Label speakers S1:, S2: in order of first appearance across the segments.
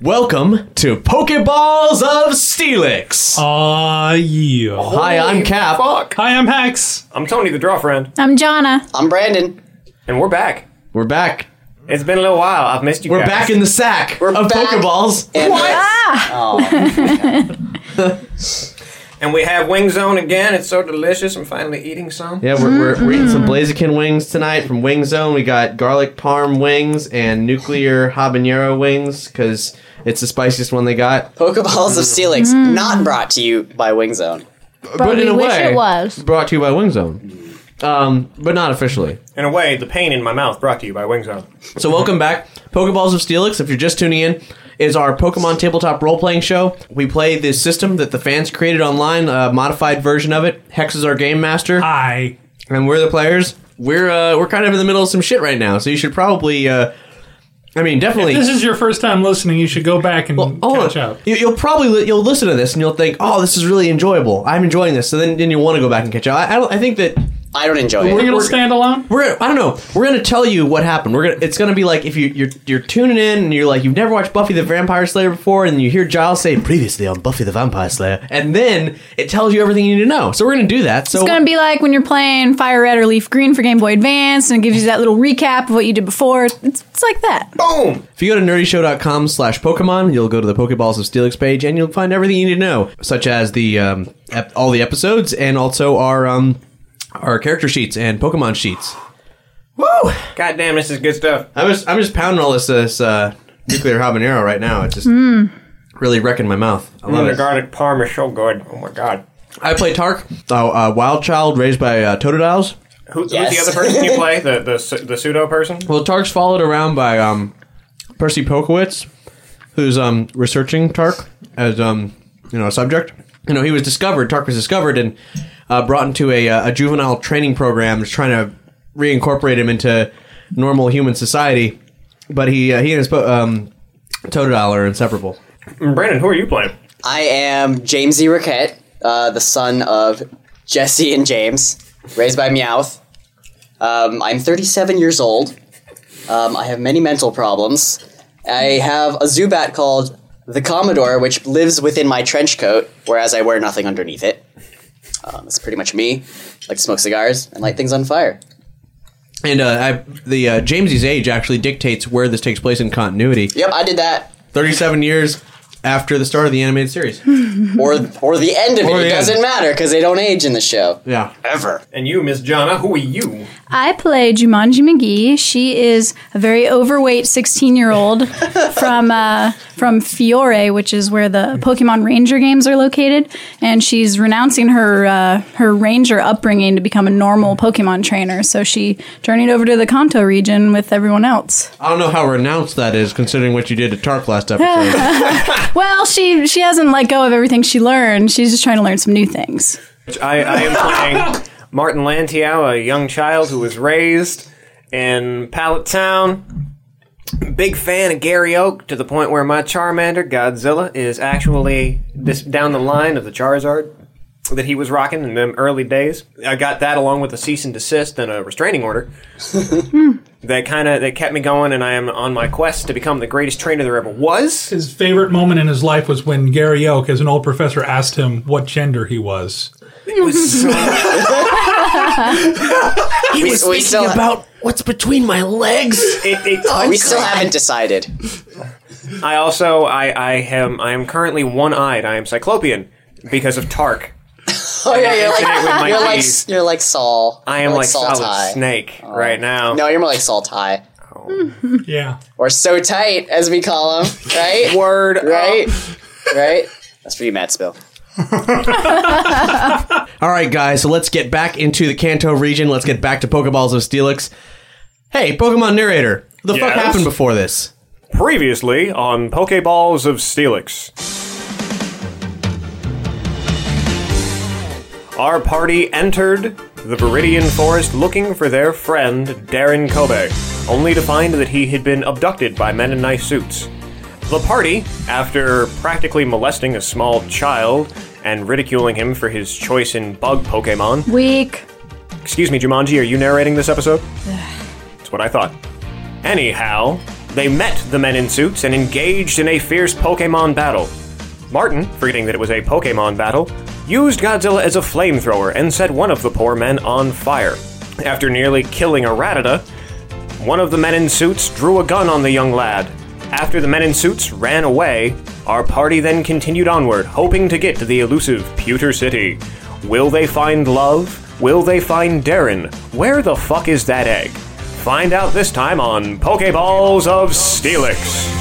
S1: Welcome to Pokeballs of Steelix.
S2: Aw, Ah, yeah.
S1: Hi, I'm Cap.
S2: Hi, I'm Hex.
S3: I'm Tony the Draw Friend,
S4: I'm Jonna.
S5: I'm Brandon.
S3: and we're back.
S1: We're back.
S3: It's been a little while. I've missed you
S1: We're
S3: guys.
S1: back in the sack
S5: We're
S1: of
S5: back.
S1: Pokeballs.
S5: And
S3: And we have Wing Zone again. It's so delicious. I'm finally eating some.
S1: Yeah, we're, we're, we're eating some Blaziken wings tonight from Wing Zone. We got garlic parm wings and nuclear habanero wings because it's the spiciest one they got.
S5: Pokeballs of Steelix, not brought to you by Wingzone.
S4: But,
S1: in
S4: we
S1: a
S4: wish
S1: way-
S4: it was.
S1: Brought to you by Wing Zone, um, but not officially.
S3: In a way, the pain in my mouth brought to you by Wing Zone.
S1: So welcome back, Pokeballs of Steelix. If you're just tuning in, is our Pokemon tabletop role playing show. We play this system that the fans created online, a modified version of it. Hex is our game master,
S2: Hi.
S1: and we're the players. We're uh, we're kind of in the middle of some shit right now, so you should probably. Uh, I mean, definitely.
S2: This is your first time listening. You should go back and
S1: Oh,
S2: catch up.
S1: You, will probably li- you'll listen to this and you'll think, "Oh, this is really enjoyable. I'm enjoying this." So then, then you'll want to go back and catch up. I, I, don't, I think that
S5: I don't enjoy
S2: Think
S5: it.
S2: it'll stand alone?
S1: we're I don't know. We're gonna tell you what happened. We're gonna it's gonna be like if you you're you're tuning in and you're like you've never watched Buffy the Vampire Slayer before, and you hear Giles say previously on Buffy the Vampire Slayer, and then it tells you everything you need to know. So we're gonna do that. So
S4: It's gonna be like when you're playing Fire Red or Leaf Green for Game Boy Advance, and it gives you that little recap of what you did before. It's, it's like that.
S1: if you go to nerdyshow.com slash Pokemon, you'll go to the Pokeballs of Steelix page, and you'll find everything you need to know, such as the um, ep- all the episodes and also our um our character sheets and Pokemon sheets. Woo!
S3: God damn, this is good stuff.
S1: I'm just I'm just pounding all this this uh, nuclear habanero right now. It's just really wrecking my mouth. I love
S3: The
S1: it.
S3: garlic parm is so good. Oh my god.
S1: I play Tark, a uh, wild child raised by uh, Totodiles.
S3: Who, Who's
S5: Yes.
S3: the other person you play? The the, su- the pseudo person?
S1: Well, Tark's followed around by um, Percy Pokowitz, who's um, researching Tark as um, you know a subject. You know, he was discovered. Tark was discovered and uh, brought into a, uh, a juvenile training program, that's trying to reincorporate him into normal human society. But he uh, he and his po- um, Totodile are inseparable.
S3: And Brandon, who are you playing?
S5: I am James E. Riquette, uh, the son of Jesse and James, raised by Meowth. Um, I'm 37 years old. Um, I have many mental problems. I have a Zubat called the Commodore, which lives within my trench coat, whereas I wear nothing underneath it. Um, that's pretty much me. like to smoke cigars and light things on fire.
S1: And uh, I, the uh, Jamesy's age actually dictates where this takes place in continuity.
S5: Yep, I did that.
S1: 37 years after the start of the animated series.
S5: or or the end of
S1: Or
S5: it.
S1: the
S5: It doesn't
S1: end.
S5: matter because they don't age in the show
S1: Yeah.
S5: ever.
S3: And you, Miss Jonna, who are you?
S4: I play Jumanji McGee. She is a very overweight 16 year old from uh, from Fiore, which is where the Pokemon Ranger games are located, and she's renouncing her uh, her Ranger upbringing to become a normal Pokemon trainer. So she journeyed over to the Kanto region with everyone else.
S1: I don't know how renounced that is considering what you did to Tark last episode.
S4: Well, she she hasn't let go of everything she learned. She's just trying to learn some new things.
S3: I, I am playing Martin Lantiao, a young child who was raised in Pallet Town Big fan of Gary Oak to the point where my Charmander Godzilla is actually this down the line of the Charizard that he was rocking in them early days. I got that along with a cease and desist and a restraining order. that kind of that kept me going, and I am on my quest to become the greatest trainer there ever was.
S2: His favorite moment in his life was when Gary Oak, as an old professor, asked him what gender he was.
S3: It was so
S6: He was
S5: we still ha-
S6: what's between my legs.
S3: it, it touched
S5: we still haven't decided.
S3: I also I I am I am currently one eyed. I am cyclopean because of Tark.
S5: Oh yeah, you're
S3: Infinite with my
S5: like you're like
S3: keys.
S5: you're like Saul.
S3: I
S5: You're
S3: am like, solid
S5: Tie.
S3: snake right now.
S5: No, you're more like Saul Tie.
S2: Yeah.
S5: Or so tight, as we call him, right?
S3: Word
S5: right? right? That's for you, Matt Spill.
S7: All right, guys, so let's get back into the Kanto region. Let's get back to Pokeballs of Steelix. Hey, Pokemon narrator, what the fuck
S3: Yes?
S7: happened before this?
S3: Previously on Pokeballs of Steelix. Our party entered the Viridian Forest looking for their friend Darren Kobe, only to find that he had been abducted by men in nice suits. The party, after practically molesting a small child and ridiculing him for his choice in bug Pokemon,
S4: Weak.
S3: Excuse me, Jumanji, are you narrating this episode? That's what I thought. Anyhow, they met the men in suits and engaged in a fierce Pokemon battle. Martin, forgetting that it was a Pokemon battle, used Godzilla as a flamethrower and set one of the poor men on fire. After nearly killing a Rattata, one of the men in suits drew a gun on the young lad. After the men in suits ran away, our party then continued onward, hoping to get to the elusive Pewter City. Will they find love? Will they find Darren? Where the fuck is that egg? Find out this time on Pokeballs of Steelix.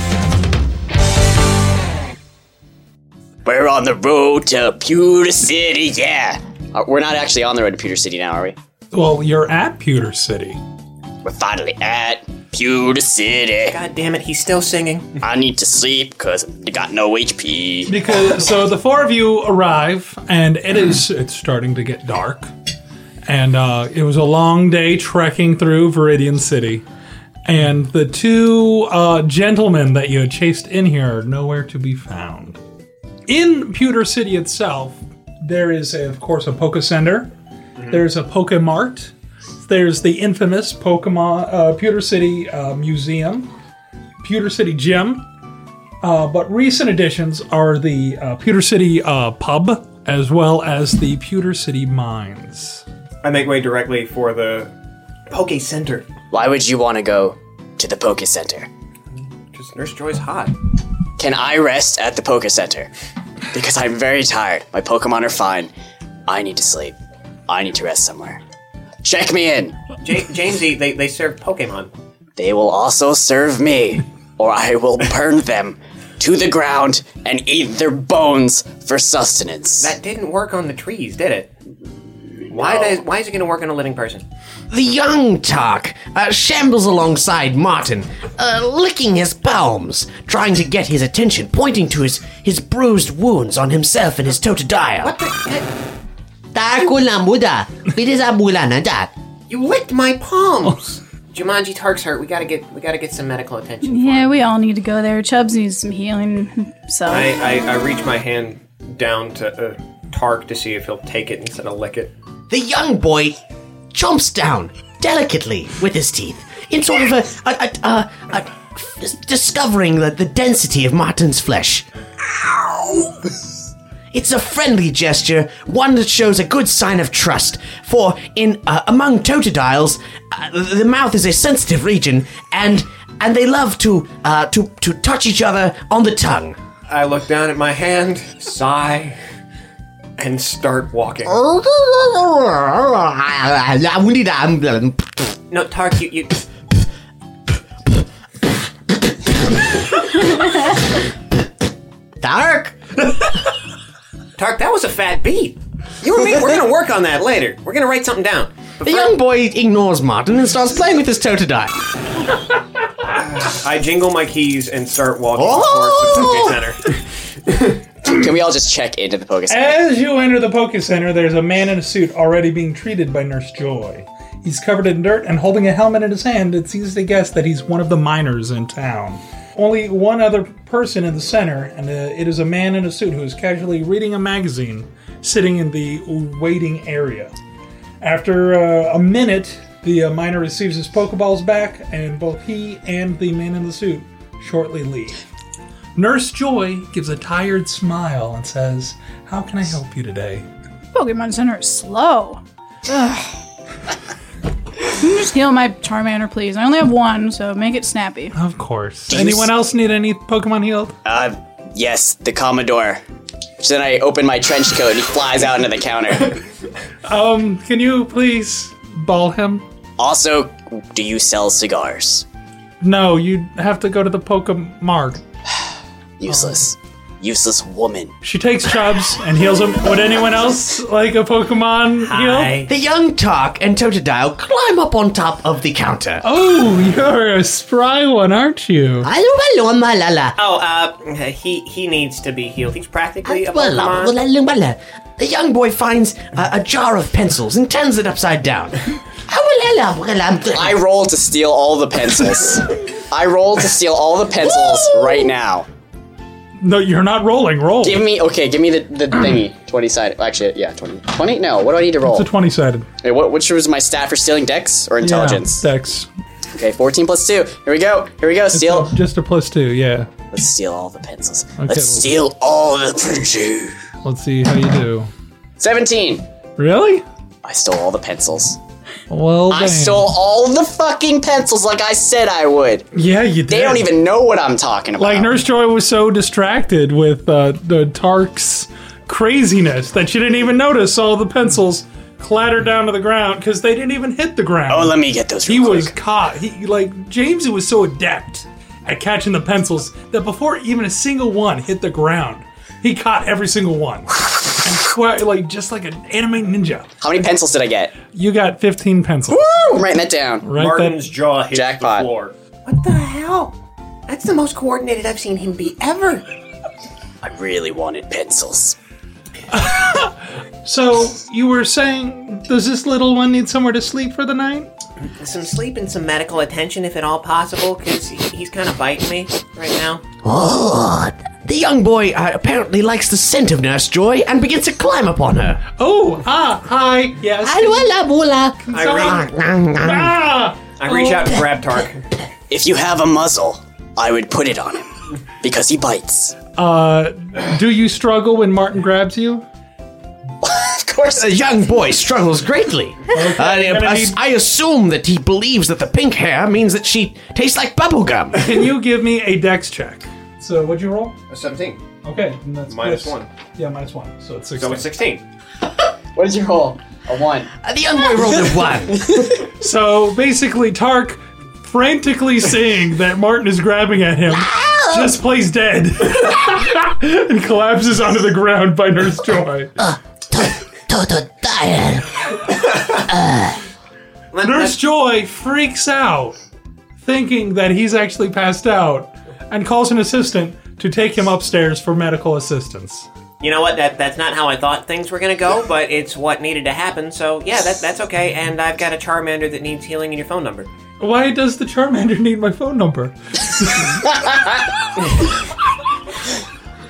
S5: We're on the road to Pewter City, yeah. Uh, we're not actually on the road to Pewter City now, are we?
S2: Well, you're at Pewter City.
S5: We're finally at Pewter City.
S3: God damn it, he's still singing.
S5: I need to sleep because I got no HP.
S2: Because so the four of you arrive, and it is it's starting to get dark, and uh, it was a long day trekking through Viridian City, and the two uh, gentlemen that you had chased in here are nowhere to be found. In Pewter City itself, there is a, of course a Poke Center, there's a Pokemart, there's the infamous Pokemon uh, Pewter City uh, Museum, Pewter City Gym. Uh, But recent additions are the uh, Pewter City uh, Pub as well as the Pewter City Mines.
S3: I make way directly for the Poke Center.
S5: Why would you want to go to the Poke Center?
S3: Just Nurse Joy's hot.
S5: Can I rest at the Poke Center? Because I'm very tired. My Pokemon are fine. I need to sleep. I need to rest somewhere. Check me in.
S3: J- Jamesy, they, they serve Pokemon.
S5: They will also serve me, or I will burn them to the ground and eat their bones for sustenance.
S3: That didn't work on the trees, did it? Why does why is it going to work on a living person?
S7: The young Tark uh, shambles alongside Martin, uh, licking his palms, trying to get his attention, pointing to his, his bruised wounds on himself and his Totodile. Takulamuda, Bidizamulananda.
S3: You licked my palms. Jumanji Tark's hurt. We gotta get we gotta get some medical attention.
S4: Yeah, we all need to go there. Chubbs needs some healing. So
S3: I, I I reach my hand down to uh, Tark to see if he'll take it instead of lick it.
S1: The young boy chomps down delicately with his teeth in sort of a, a, a, a, a f- discovering the, the density of Martin's flesh. It's a friendly gesture, one that shows a good sign of trust. For in uh, among totodiles, uh, the- the mouth is a sensitive region, and and they love to uh, to to touch each other on the tongue.
S3: I look down at my hand, sigh, and start walking. No, Tark, you you.
S1: Dark.
S3: Tark, that was a fat beat. You and me, we're gonna work on that later. We're gonna write something down.
S1: The young boy ignores Martin and starts playing with his Totodile.
S3: I jingle my keys and start walking
S1: Oh!
S3: towards the Poke Center.
S5: Can we all just check into the Poke Center?
S2: As you enter the Poke Center, there's a man in a suit already being treated by Nurse Joy. He's covered in dirt and holding a helmet in his hand. It's easy to guess that he's one of the miners in town. Only one other person in the center, and uh, it is a man in a suit who is casually reading a magazine sitting in the waiting area. After uh, a minute, the uh, miner receives his Pokeballs back, and both he and the man in the suit shortly leave. Nurse Joy gives a tired smile and says, How can I help you today?
S4: Pokemon Center is slow. Ugh. Can you just heal my Charmander, please? I only have one, so make it snappy.
S2: Of course.
S5: you
S2: Anyone
S5: s-
S2: else need any Pokemon healed?
S5: Uh, yes, the Commodore. So then I open my trench coat and he flies out into the counter.
S2: Can you please ball him?
S5: Also, do you sell cigars?
S2: No, you have to go to the Pokemart.
S5: Useless.
S2: Oh.
S5: Useless woman.
S2: She takes Chubbs and heals him. Would anyone else like a Pokemon heal?
S1: The young Tark and Totodile climb up on top of the counter. Oh,
S2: Oh, you're a spry one, aren't you?
S1: hello, hello, la, la.
S3: Oh, uh, he he needs to be healed. He's practically a
S1: Well, la, la,
S3: Pokemon.
S1: la, la, la. The young boy finds uh, a jar of pencils and turns it upside down. Oh, la, la, la, la.
S5: I roll to steal all the pencils. I roll to steal all the pencils right now.
S2: No, you're not rolling. Roll.
S5: Give me, okay, give me the, the thingy. 20 sided. Actually, yeah, 20. 20? No, what do I need to roll?
S2: It's a 20 sided.
S5: Wait, what, which was my stat for stealing dex or intelligence?
S2: Dex.
S5: Okay, 14 plus 2. Here we go. Here we go. Steal.
S2: Just a plus two, yeah.
S5: Let's steal all the pencils.
S2: well-
S5: Let's steal all the pencils.
S2: Let's see how you do.
S5: 17.
S2: Really?
S5: I stole all the pencils.
S2: Well,
S5: I stole all the fucking pencils like I said I would.
S2: Yeah, you did.
S5: They don't even know what I'm talking about.
S2: Like Nurse Joy was so distracted with uh, the Tark's craziness that she didn't even notice all the pencils clattered down to the ground because they didn't even hit the ground.
S5: Oh, let me get those.
S2: he
S5: real
S2: was
S5: quick.
S2: caught. He like James was so adept at catching the pencils that before even a single one hit the ground, he caught every single one. and swear, like just like an anime ninja.
S5: How many pencils did I get?
S2: You got 15 pencils.
S5: I'm writing that down.
S2: Right
S3: Martin's
S2: that-
S3: jaw hits
S5: Jackpot.
S3: the floor.
S8: What the hell? That's the most coordinated I've seen him be ever.
S5: I really wanted pencils.
S2: so you were saying, does this little one need somewhere to sleep for the night?
S8: Some sleep and some medical attention, if at all possible, because he's kind of biting me right now.
S1: Oh, the young boy uh, apparently likes the scent of Nurse Joy and begins to climb upon her.
S2: Oh, ah, hi, yes.
S3: I reach,
S2: Ah!
S8: Oh.
S3: I reach out and grab Tark.
S5: If you have a muzzle, I would put it on him because he bites.
S2: Uh, do you struggle when Martin grabs you?
S5: of course.
S1: The young boy struggles greatly. Uh,
S2: gonna
S1: I,
S2: need-
S1: I assume that he believes that the pink hair means that she tastes like bubblegum.
S2: Can you give me a dex check? So, what'd you roll?
S3: 17.
S2: Okay, and that's
S3: Minus
S2: plus-
S3: one.
S2: Yeah, minus one. So it's six.
S3: So it's 16.
S5: What did you roll? A one.
S1: Uh, the young boy rolled a one.
S2: So basically, Tark, frantically seeing that Martin is grabbing at him, just plays dead and collapses onto the ground by Nurse Joy.
S3: Let-
S2: Nurse Joy freaks out, thinking that he's actually passed out, and calls an assistant to take him upstairs for medical assistance.
S8: You know what? That that's not how I thought things were gonna go, but it's what needed to happen. So yeah, that that's okay. And I've got a Charmander that needs healing and your phone number.
S2: Why does the Charmander need my phone number?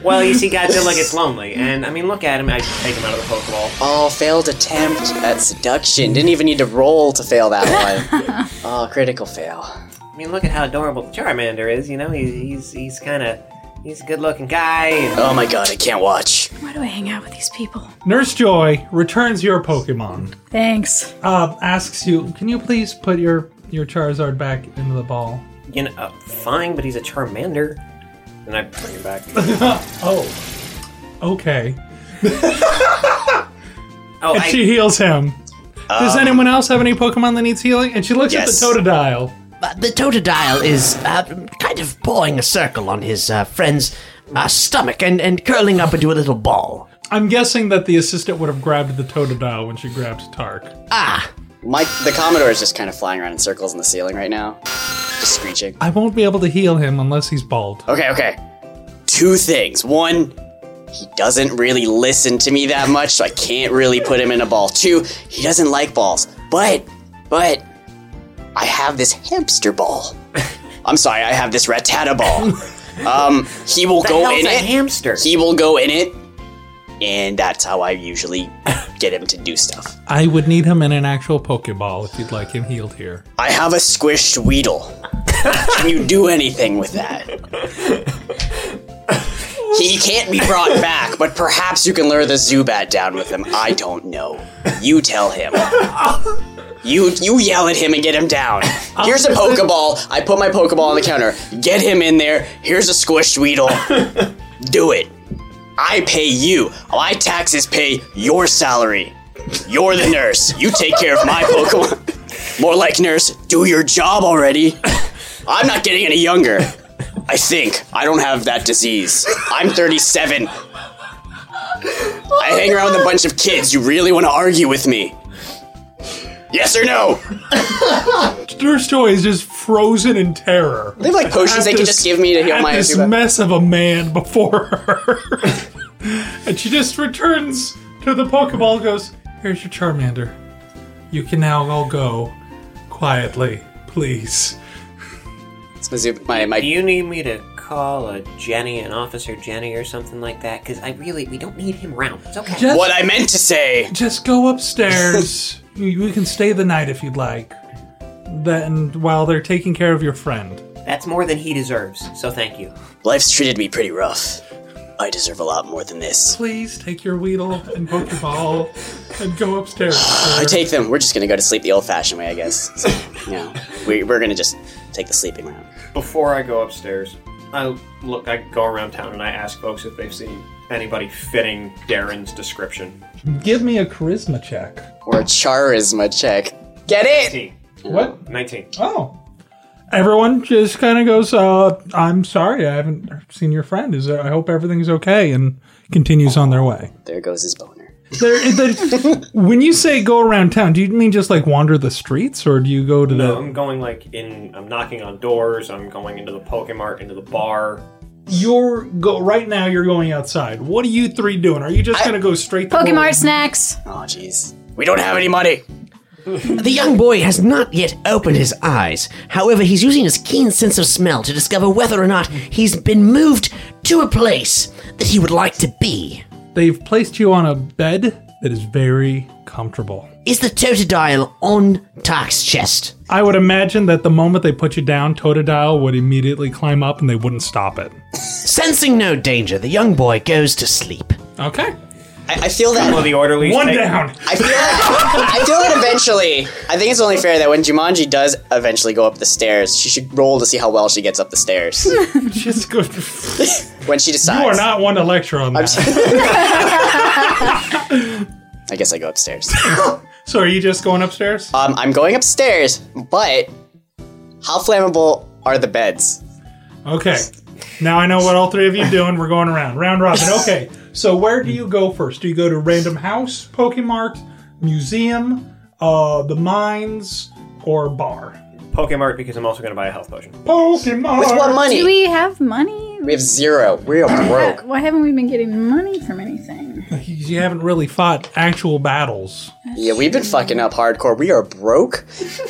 S8: Well, you see, Godzilla gets lonely, and I mean, look at him. I take him out of the Pokeball.
S5: Oh, failed attempt at seduction. Didn't even need to roll to fail that one. oh, critical fail.
S8: I mean, look at how adorable the Charmander is. You know, he's he's he's kind of he's a good-looking guy. And
S5: Oh my god, I can't watch.
S4: Why do I hang out with these people?
S2: Nurse Joy returns your Pokemon.
S4: Thanks.
S2: Uh, asks you, can you please put your your Charizard back into the ball?
S8: you know, uh, fine, but he's a Charmander.
S3: And I bring him back.
S2: Oh, okay.
S8: Oh,
S2: And
S8: I,
S2: she heals him. Does anyone else have any Pokemon that needs healing? And she looks
S5: yes.
S2: at the Totodile.
S1: Uh, the Totodile is uh, kind of pouring a circle on his uh, friend's uh, stomach and, and curling up into a little ball.
S2: I'm guessing that the assistant would have grabbed the Totodile when she grabbed Tark.
S1: Ah,
S5: My the Commodore is just kind of flying around in circles in the ceiling right now, just screeching.
S2: I won't be able to heal him unless he's bald.
S5: Okay, okay. Two things. One, he doesn't really listen to me that much, so I can't really put him in a ball. Two, he doesn't like balls. But But I have this hamster ball. I'm sorry, I have this ratata ball. um, he will
S8: The
S5: go
S8: hell's
S5: in
S8: a
S5: it.
S8: hamster?
S5: He will go in it, and that's how I usually get him to do stuff.
S2: I would need him in an actual Pokeball if you'd like him healed here.
S5: I have a squished Weedle. Can you do anything with that? He can't be brought back, but perhaps you can lure the Zubat down with him. I don't know. You tell him. You you yell at him and get him down. Here's a Pokeball. I put my Pokeball on the counter. Get him in there. Here's a squished Weedle. Do it. I pay you. My taxes pay your salary. You're the nurse. You take care of my Pokemon. More like nurse, do your job already. I'm not getting any younger. I think. I don't have that disease. I'm 37. I hang around with a bunch of kids. You really want to argue with me? Yes or no?
S2: Nurse Joy is just frozen in terror.
S5: They have like potions
S2: At
S5: they could
S2: this-
S5: just give me to heal
S2: at
S5: my
S2: this
S5: Zubat.
S2: mess of a man before her. and she just returns to the Pokeball and goes, Here's your Charmander. You can now all go quietly, please.
S5: It's my Zubat- my, my
S8: Do you need me to call a Jenny, an officer Jenny, or something like that? Because I really, we don't need him around. It's okay.
S2: Just,
S5: What I meant to say.
S2: just go upstairs. You you can stay the night if you'd like. Then, while they're taking care of your friend.
S8: That's more than he deserves. So thank you.
S5: Life's treated me pretty rough. I deserve a lot more than this.
S2: Please take your Weedle and Pokeball and go upstairs. sir."
S5: I take them. We're just gonna go to sleep the old-fashioned way, I guess. So, no, we, we're gonna just take the sleeping round.
S3: Before I go upstairs, I look. I go around town and I ask folks if they've seen anybody fitting Darren's description.
S2: Give me a charisma check.
S5: Or a charisma check. Get it?
S3: Nineteen.
S2: What?
S3: Nineteen.
S2: Oh. Everyone just kind of goes, uh, I'm sorry, I haven't seen your friend. Is there, I hope everything's okay, and continues on their way.
S5: There goes his boner.
S2: There, there, when you say go around town, do you mean just like wander the streets, or do you go to
S3: No, I'm going like in. I'm knocking on doors. I'm going into the Pokemart, into the bar.
S2: the. You're go right now. You're going outside. What are you three doing? Are you just gonna go straight? to
S4: Pokemon snacks.
S5: Oh, jeez. We don't have any money.
S1: The young boy has not yet opened his eyes. However, he's using his keen sense of smell to discover whether or not he's been moved to a place that he would like to be.
S2: They've placed you on a bed that is very comfortable.
S1: Is the totodile on Tark's chest?
S2: I would imagine that the moment they put you down, Totodile would immediately climb up, and they wouldn't stop it.
S1: Sensing no danger, the young boy goes to sleep.
S2: Okay,
S5: I, I feel that.
S3: Well, the orderlies.
S2: one
S3: take-
S2: down.
S5: I feel, I feel that eventually. I think it's only fair that when Jumanji does eventually go up the stairs, she should roll to see how well she gets up the stairs
S2: just go.
S5: when she decides.
S2: You are not one to lecture on that.
S5: I guess I go upstairs.
S2: so are you just going upstairs?
S5: Um, I'm going upstairs, but how flammable are the beds?
S2: Okay. Now I know what all three of you are doing. We're going around. Round robin. Okay. So where do you go first? Do you go to Random House, Pokemart, Museum, uh, the Mines, or Bar?
S3: Pokemart because I'm also going to buy a health potion.
S2: Pokemart.
S5: With what money?
S4: Do
S5: We-,
S4: we have money?
S5: have zero. We are broke.
S4: Why haven't we been getting money from anything?
S2: You haven't really fought actual battles.
S5: Yeah, we've been fucking up hardcore. We are broke.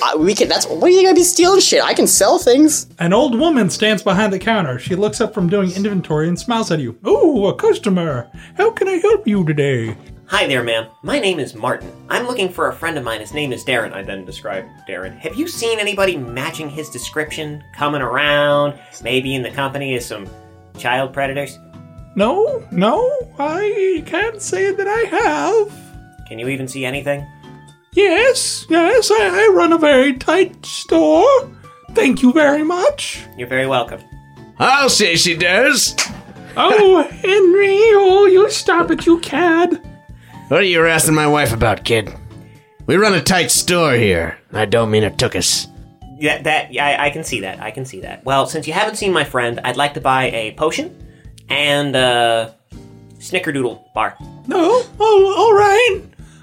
S5: I, we can. That's what do you gonna be stealing shit? I can sell things.
S2: An old woman stands behind the counter. She looks up from doing inventory and smiles at you. Ooh, a customer. How can I help you today?
S8: Hi there, ma'am. My name is Martin. I'm looking for a friend of mine. His name is Darren.
S3: I
S8: I-
S3: then describe Darren.
S8: Have you seen anybody matching his description coming around? Maybe in the company of some child predators?
S2: No, no, I can't say that I have.
S8: Can you even see anything?
S2: Yes, yes, I, I run a very tight store. Thank you very much.
S8: You're very welcome.
S7: I'll say she does.
S2: Oh, Henry, oh, you stop it, you cad.
S1: What are you asking my wife about, kid? We run a tight store here. I don't mean it took us.
S8: Yeah, that yeah, I, I can see that. I can see that. Well, since you haven't seen my friend, I'd like to buy a potion and a snickerdoodle bar.
S2: No, oh, all right.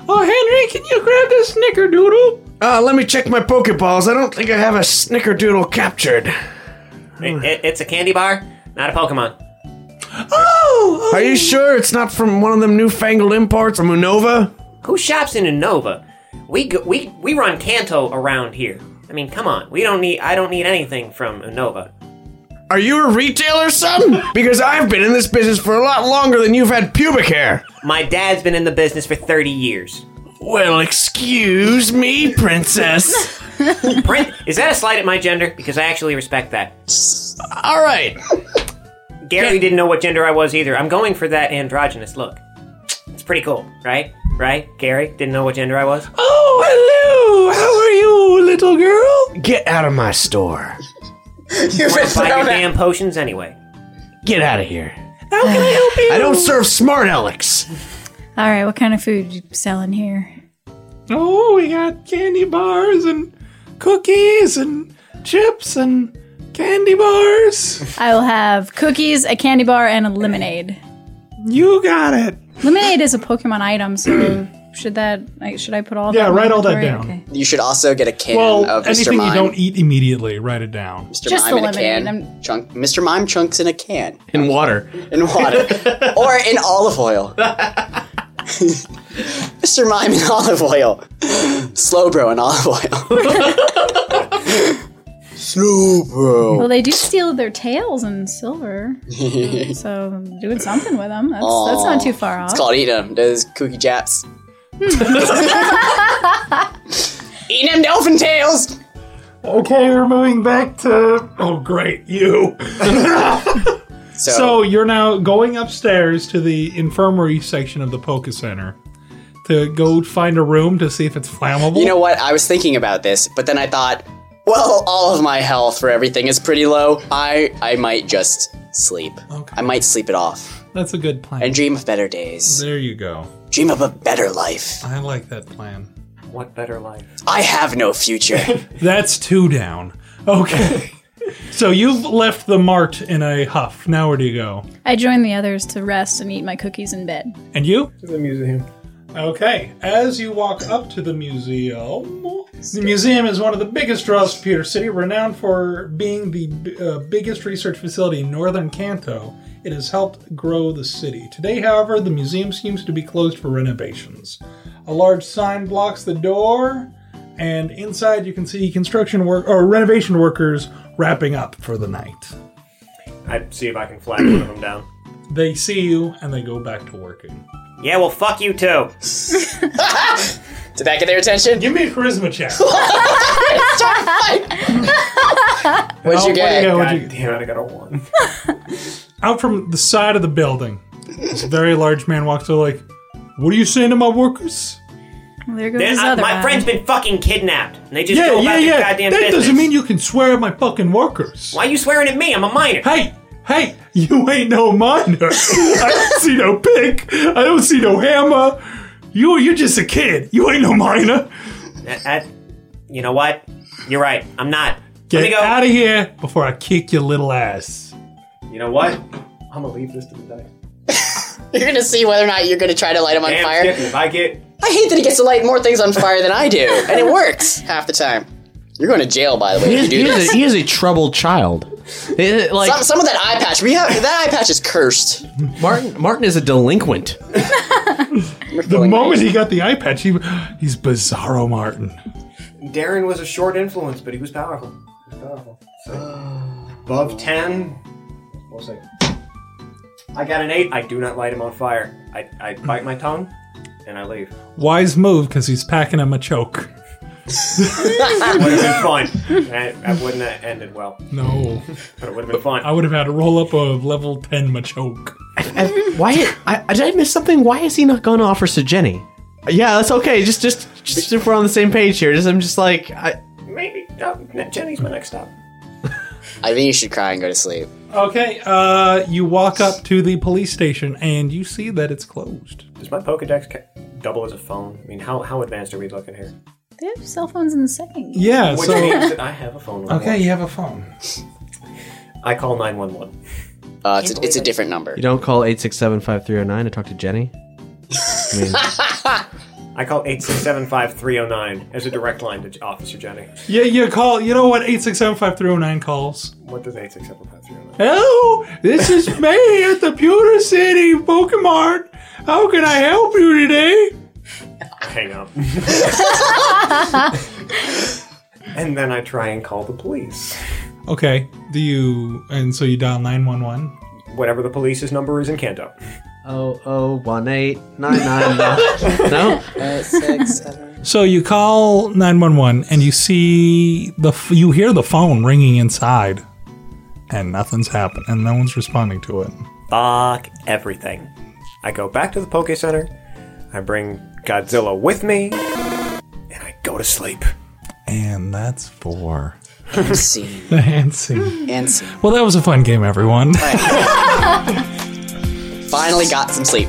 S2: Oh, Henry, can you grab the snickerdoodle?
S1: Uh, let me check my Pokeballs. I don't think I have a snickerdoodle captured.
S8: It, it- it's a candy bar, not a Pokemon.
S2: Oh,
S1: Are you sure it's not from one of them newfangled imports from Unova?
S8: Who shops in Innova?
S9: We go, we we run Kanto around here. I mean, come on. We don't need. I don't need anything from Nova.
S1: Are you a retailer, son? Because I've been in this business for a lot longer than you've had pubic hair.
S9: My dad's been in the business for thirty years.
S10: Well, excuse me, princess.
S9: Prin- is that a slight at my gender? Because I actually respect that.
S10: All right.
S9: Gary didn't know what gender I was either. I'm going for that androgynous look. It's pretty cool, right? Right? Gary didn't know what gender I was.
S10: Oh, hello. How are you, little girl? Get out of my store.
S5: You've been
S9: Buy your
S5: thrown out.
S9: damn potions anyway.
S10: Get out of here. How can I help you? I don't serve smart Alex.
S4: All right, what kind of food you selling here?
S2: Oh, we got candy bars and cookies and chips and candy bars.
S4: I will have cookies, a candy bar, and a lemonade.
S2: You got it.
S4: Lemonade is a Pokemon item, so should that like, should I put all
S2: Yeah,
S4: that? in
S2: write all that
S4: inventory?
S2: down.
S5: You should also get a can
S1: Uh,
S2: Well,
S5: of Mr.
S2: anything
S5: Mime.
S2: you don't eat immediately, write it down.
S5: Mr.
S4: Just
S5: Mime in
S4: the
S5: a
S4: lemonade,
S5: can.
S4: I'm-
S5: Chunk. Mr. Mime chunks in a can
S1: In water.
S5: in water or in olive oil. Mr. Mime in olive oil. Slow bro in olive oil. Slow bro.
S4: Well, they do steal their tails and silver, so I'm doing something with them. That's, that's not too far off.
S5: It's called eat 'em. Those kooky japs.
S2: Hmm.
S5: Eat 'em dolphin tails.
S2: Okay, we're moving back to. Oh, great, you.
S5: So,
S2: So you're now going upstairs to the infirmary section of the Poke Center to go find a room to see if it's flammable.
S5: you know what? I was thinking about this, but then I thought, well, all of my health for everything is pretty low. I I might just sleep.
S2: Okay.
S5: I might sleep it off
S2: That's a good plan.
S5: and dream of better days.
S2: there you go.
S5: Dream of a better life.
S2: I like that plan.
S9: What better life?
S5: I have no future.
S2: That's two down. Okay. so you've left the mart in a huff. Now where do you go?
S4: I join the others to rest and eat my cookies in bed.
S2: And you? To the museum. Okay. As you walk up to the museum, the museum is one of the biggest draws to Peter City, renowned for being the uh, biggest research facility in northern Kanto. It has helped grow the city. Today, however, the museum seems to be closed for renovations. A large sign blocks the door, and inside you can see construction work or renovation workers wrapping up for the night.
S8: I see if I can flag one of them down.
S2: They see you and they go back to working.
S9: Yeah, well, fuck you too.
S5: Did that get their attention?
S2: Give me a charisma check.
S5: What'd you
S2: Oh,
S5: get?
S2: what'd you get?
S8: God damn it, I got a one.
S2: out from the side of the building. This very large man walks over, like, "What are you saying to my workers?"
S4: Well, there goes
S9: Then
S4: this
S9: I-
S4: other
S9: my
S4: one.
S9: friend's been fucking kidnapped, and they just
S2: Yeah,
S9: go
S2: yeah,
S9: about their
S2: yeah.
S9: goddamn
S2: That
S9: business.
S2: doesn't mean you can swear at my fucking workers.
S9: Why are you swearing at me? I'm a minor.
S2: Hey, hey, you ain't no miner. I don't see no pick. I don't see no hammer. You, you're just a kid. You ain't no miner.
S9: That- that- you know what? You're right. I'm not. Let me
S2: Get
S9: go.
S2: out of here before I kick your little ass.
S8: You know what? I'm gonna leave this to the dice.
S5: You're gonna see whether or not you're gonna try to light him on
S8: Damn,
S5: fire.
S8: Skippy, if I get
S5: I hate that he gets to light more things on fire than I do, and it works half the time. You're going to jail, by the way, if you do
S1: He is
S5: this.
S1: a, he is a troubled child. Eh, like
S5: Some, some of that eye patch, we have that eye patch is cursed.
S1: Martin, Martin is a delinquent.
S2: The moment he got the eye patch, he, he's Bizarro Martin.
S8: Darren was a short influence, but he was powerful. He was powerful. So, above ten. We'll see. I got an eight. I do not light him on fire. I, I bite my tongue, and I leave.
S2: Wise move, because he's packing him a choke.
S8: It would have been fun. That, that wouldn't have ended well,
S2: No,
S8: but it would have been fun.
S2: I would have had a roll up of level ten machoke.
S1: Why? I, I- did I miss something? Why is he not going to offer Sejeni? Yeah, that's okay. Just, just, just if we're on the same page here. Just, I'm just like, I,
S8: Maybe uh, Jenny's my next stop.
S5: I think you should cry and go to sleep.
S2: Okay, uh, you walk up to the police station and you see that it's closed.
S8: Does my Pokedex ca- double as a phone? I mean, how how advanced are we looking here?
S4: They have cell phones in the setting.
S2: Yeah,
S8: Which
S2: so.
S8: means that I have a phone. on
S2: Okay,
S8: me.
S2: you have a phone.
S8: I call nine one one.
S5: Uh, it's, a, it's a different number.
S1: you don't call eight six seven five three zero nine to talk to Jenny. I mean,
S8: I call eight six seven five three zero nine as a direct line to J- Officer Jenny.
S2: Yeah, you call. You know what? 8675309 calls.
S8: What does eight six seven five three zero nine?
S2: Hello, this is me at the Pewter City Pokemon. How can I help you today?
S3: hang up. and then I try and call the police.
S2: Okay. Do you and so you dial nine one one?
S3: Whatever the police's number is in Kanto.
S1: Oh, oh, one, eight, nine, nine, nine. No?
S2: So you call nine one one and you see the f- you hear the phone ringing inside, and nothing's happened and no one's responding to it.
S3: Fuck everything. I go back to the Poke Center. I bring Godzilla with me. And I go to sleep.
S2: And that's for
S5: Fancy.
S2: the hand scene.
S5: Fancy.
S2: Well, that was a fun game, everyone.
S5: Finally got some sleep.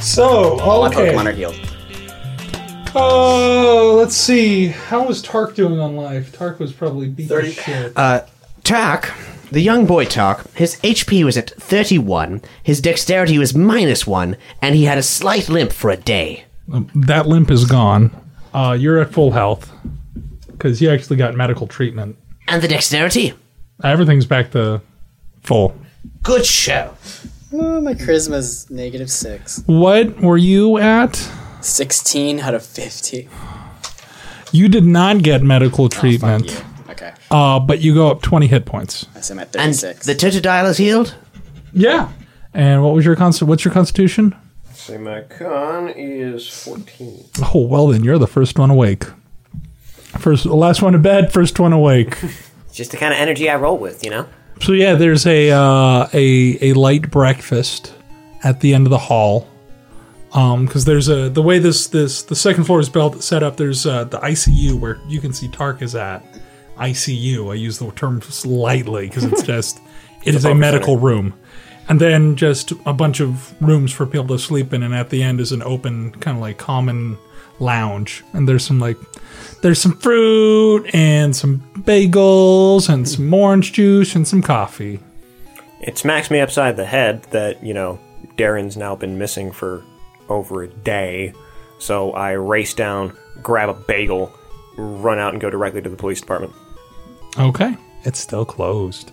S2: So
S5: My
S2: okay.
S5: Pokemon are healed.
S2: Oh, let's see. How was Tark doing on life? Tark was probably beat to shit.
S1: Tark, the young boy Tark, his HP was at 31, his dexterity was minus 1, and he had a slight limp for a day.
S2: Uh, that limp is gone. Uh, you're at full health because you actually got medical treatment.
S1: And the dexterity?
S2: Everything's back to full.
S1: Good show.
S5: Oh, my charisma's negative six.
S2: What were you at?
S5: 16 out of 50.
S2: You did not get medical treatment,
S5: Okay.
S2: uh, but you go up 20 hit points.
S5: I said I'm at
S1: And
S5: 36.
S1: the Totodile is healed?
S2: Yeah. And what was your const- what's your constitution?
S3: Say my con is 14.
S2: Oh, well then you're the first one awake. First last one to bed, first one awake.
S8: It's just the kind of energy I roll with, you know?
S2: So yeah, there's a uh, a a light breakfast at the end of the hall. Um, because there's a the way this this the second floor is built set up. There's uh, the ICU where you can see Tark is at ICU. I use the term lightly because it's just it is a medical room, and then just a bunch of rooms for people to sleep in. And at the end is an open kind of like common lounge, and there's some like there's some fruit and some bagels and some orange juice and some coffee.
S3: It smacks me upside the head that, you know, Darren's now been missing for over a day. So I race down, grab a bagel, run out, and go directly to the police department.
S2: Okay. It's still closed.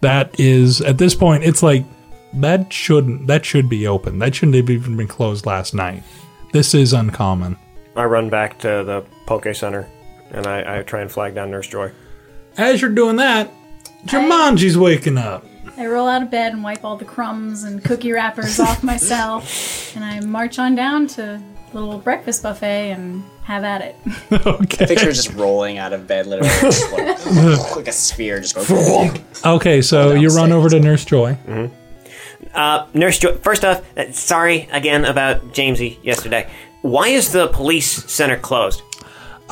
S2: That is at this point it's like that shouldn't that should be open. That shouldn't have even been closed last night. This is uncommon.
S3: I run back to the Poke Center and I, I try and flag down Nurse Joy.
S2: As you're doing that, Jumanji's waking up.
S4: I roll out of bed and wipe all the crumbs and cookie wrappers off myself, and I march on down to the little breakfast buffet and Have at it.
S2: Okay.
S5: Picture just rolling out of bed, literally, just like, like a sphere, just going.
S2: Okay, so you run over to Nurse Joy.
S5: Mm.
S8: Nurse Joy, first off, uh, sorry again about Jamesy yesterday. Why is the police center closed?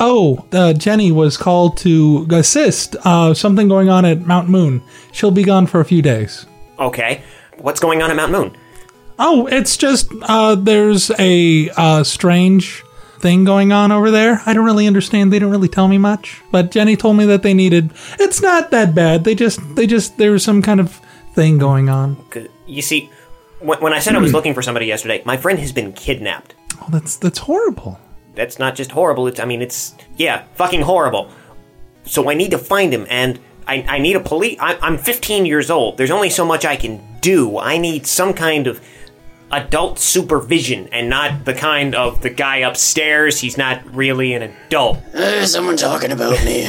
S2: Oh, uh, Jenny was called to assist uh, something going on at Mount Moon. She'll be gone for a few days.
S8: Okay. What's going on at Mount Moon?
S2: Oh, it's just uh, there's a uh, strange thing going on over there. I don't really understand. They didn't really tell me much, but Jenny told me that they needed. It's not that bad. They just they just there was some kind of thing going on.
S8: 'Cause Uh, You see, when, when I said I was looking for somebody yesterday, my friend has been kidnapped.
S2: Oh, that's that's horrible.
S8: That's not just horrible, it's, I mean, it's, yeah, fucking horrible. So I need to find him, and I, I need a police. I, I'm 15 years old. There's only so much I can do. I need some kind of adult supervision, and not the kind of the guy upstairs. He's not really an adult.
S5: There's someone talking about me.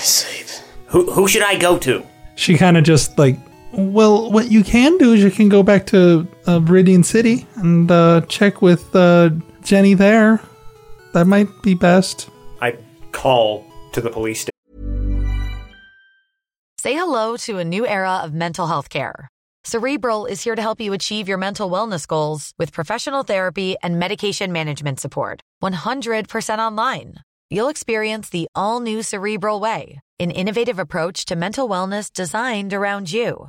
S5: Sleep.
S8: Who, who should I go to?
S2: She kind of just like, well, what you can do is you can go back to uh, Viridian City and uh, check with uh, Jenny there. That might be best.
S8: I call to the police station.
S9: Say hello to a new era of mental health care. Cerebral is here to help you achieve your mental wellness goals with professional therapy and medication management support. 100% online. You'll experience the all new Cerebral Way, an innovative approach to mental wellness designed around you.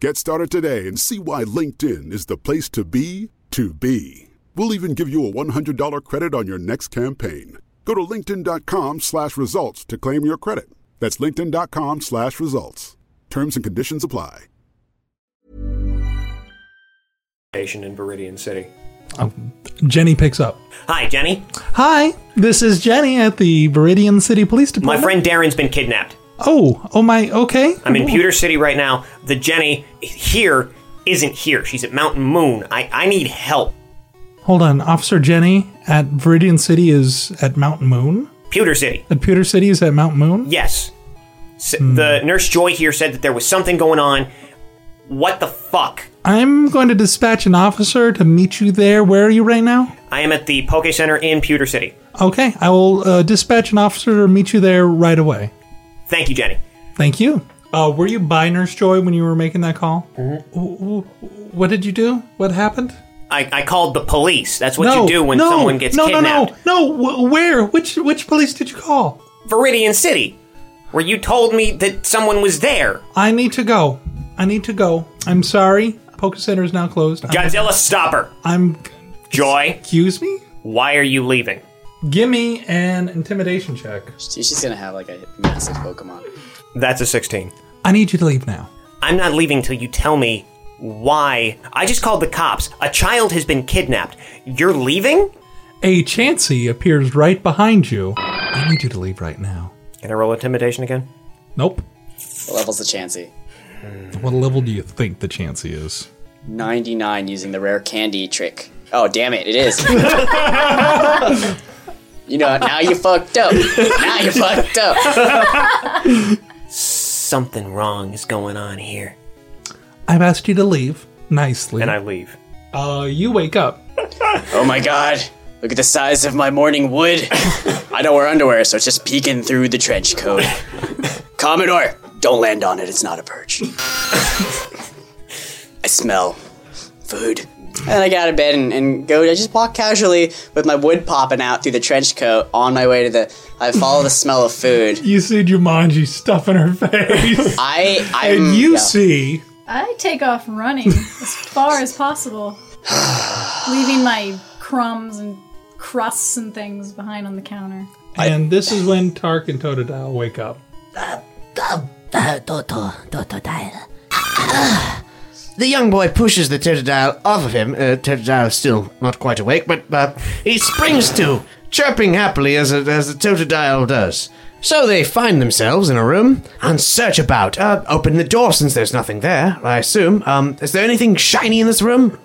S11: Get started today and see why LinkedIn is the place to be to be. We'll even give you a $100 credit on your next campaign. Go to linkedin.com slash results to claim your credit. That's linkedin.com slash results. Terms and conditions apply.
S3: Station in Viridian City.
S2: Oh, Jenny picks up.
S8: Hi, Jenny.
S2: Hi, this is Jenny at the Viridian City Police
S8: My
S2: Department.
S8: friend Darren's been kidnapped.
S2: Oh, oh my. Okay.
S8: I'm in Pewter City right now. The Jenny here isn't here. She's at Mountain Moon. I, I need help.
S2: Hold on, Officer Jenny at Viridian City is at Mount Moon.
S8: Pewter City.
S2: At Pewter City is at Mount Moon.
S8: Yes. S- The
S2: Hmm.
S8: Nurse Joy here said that there was something going on. What the fuck?
S2: I'm going to dispatch an officer to meet you there. Where are you right now?
S8: I am at the Poke Center in Pewter City.
S2: Okay, I will uh, dispatch an officer to meet you there right away.
S8: Thank you, Jenny.
S2: Thank you. Uh, were you by Nurse Joy when you were making that call?
S8: Mm-hmm.
S2: Wh- wh- What did you do? What happened?
S8: I, I called the police. That's what you do when someone gets
S2: no,
S8: kidnapped.
S2: No, no, no, no. Wh- Where? Which which police did you call?
S8: Viridian City, where you told me that someone was there.
S2: I need to go. I need to go. I'm sorry. Poker Center is now closed. I'm-
S8: Godzilla, stop her.
S2: I'm.
S8: Joy,
S2: Excuse me.
S8: why are you leaving?
S2: Give me an intimidation check.
S5: She's just gonna have like a massive Pokemon.
S8: That's a 16.
S2: I need you to leave now.
S8: I'm not leaving till you tell me why. I just called the cops. A child has been kidnapped. You're leaving?
S2: A Chansey appears right behind you. I need you to leave right now.
S8: Can I roll intimidation again?
S2: Nope.
S5: What level's the Chansey?
S2: What level do you think the Chansey is?
S5: 99 using the rare candy trick. Oh, damn it, it is. you know, now you fucked up. Now you fucked up.
S8: Something wrong is going on here.
S2: I've asked you to leave. nicely.
S8: and I leave.
S2: uh, you wake up.
S5: Oh my god. Look at the size of my morning wood. I don't wear underwear, so it's just peeking through the trench coat. Commodore, don't land on it. It's not a perch. I smell food. And I get out of bed and, and go. I just walk casually with my wood popping out through the trench coat on my way to the. I follow the smell of food.
S2: You see Jumanji stuffing her face.
S5: I. i
S2: and you see
S4: I take off running as far as possible, leaving my crumbs and crusts and things behind on the counter.
S2: And this is when Tark and Totodile wake up.
S1: The young boy pushes the Totodile off of him. Uh, Totodile is still not quite awake, but uh, he springs to, chirping happily as, a, as the Totodile does. So they find themselves in a room and search about. Uh, open the door since there's nothing there, I assume. Um, is there anything shiny in this room?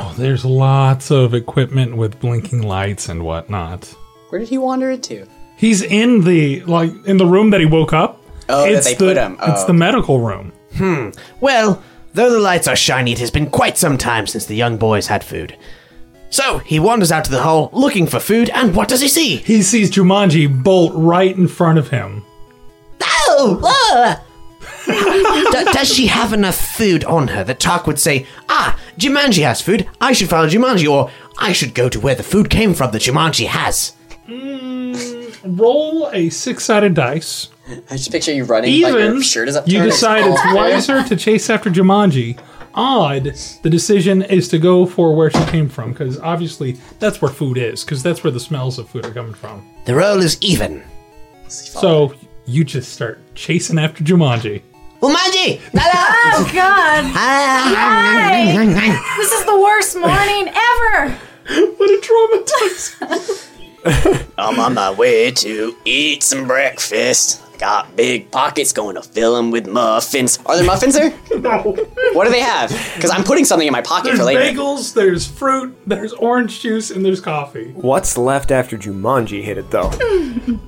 S2: Oh, there's lots of equipment with blinking lights and whatnot.
S5: Where did he wander into?
S2: He's in the like in the room that he woke up.
S5: Oh, that they
S2: the,
S5: put him.
S2: It's
S5: Oh.
S2: the medical room.
S1: Well, though the lights are shiny, it has been quite some time since the young boy's had food. So he wanders out to the hole looking for food, and what does he see?
S2: He sees Jumanji bolt right in front of him.
S1: Oh! does she have enough food on her that Tark would say, Ah, Jumanji has food, I should follow Jumanji, or I should go to where the food came from that Jumanji has?
S2: Roll a six-sided dice.
S5: I just picture you running. like
S2: Even
S5: your shirt is up. Oh.
S2: you decide it's wiser to chase after Jumanji. Odd, the decision is to go for where she came from because obviously that's where food is because that's where the smells of food are coming from.
S1: The roll is even.
S2: So you just start chasing after Jumanji.
S1: Jumanji!
S4: Oh God!
S1: Ah!
S4: This is the worst morning ever.
S2: What a traumatized.
S5: I'm on my way to eat some breakfast. Got big pockets, going to fill them with muffins. Are there muffins there? What do they have? Because I'm putting something in my pocket
S2: There's
S5: for later.
S2: bagels, there's fruit, there's orange juice, and there's coffee.
S3: What's left after Jumanji hit it, though?
S5: Hmm.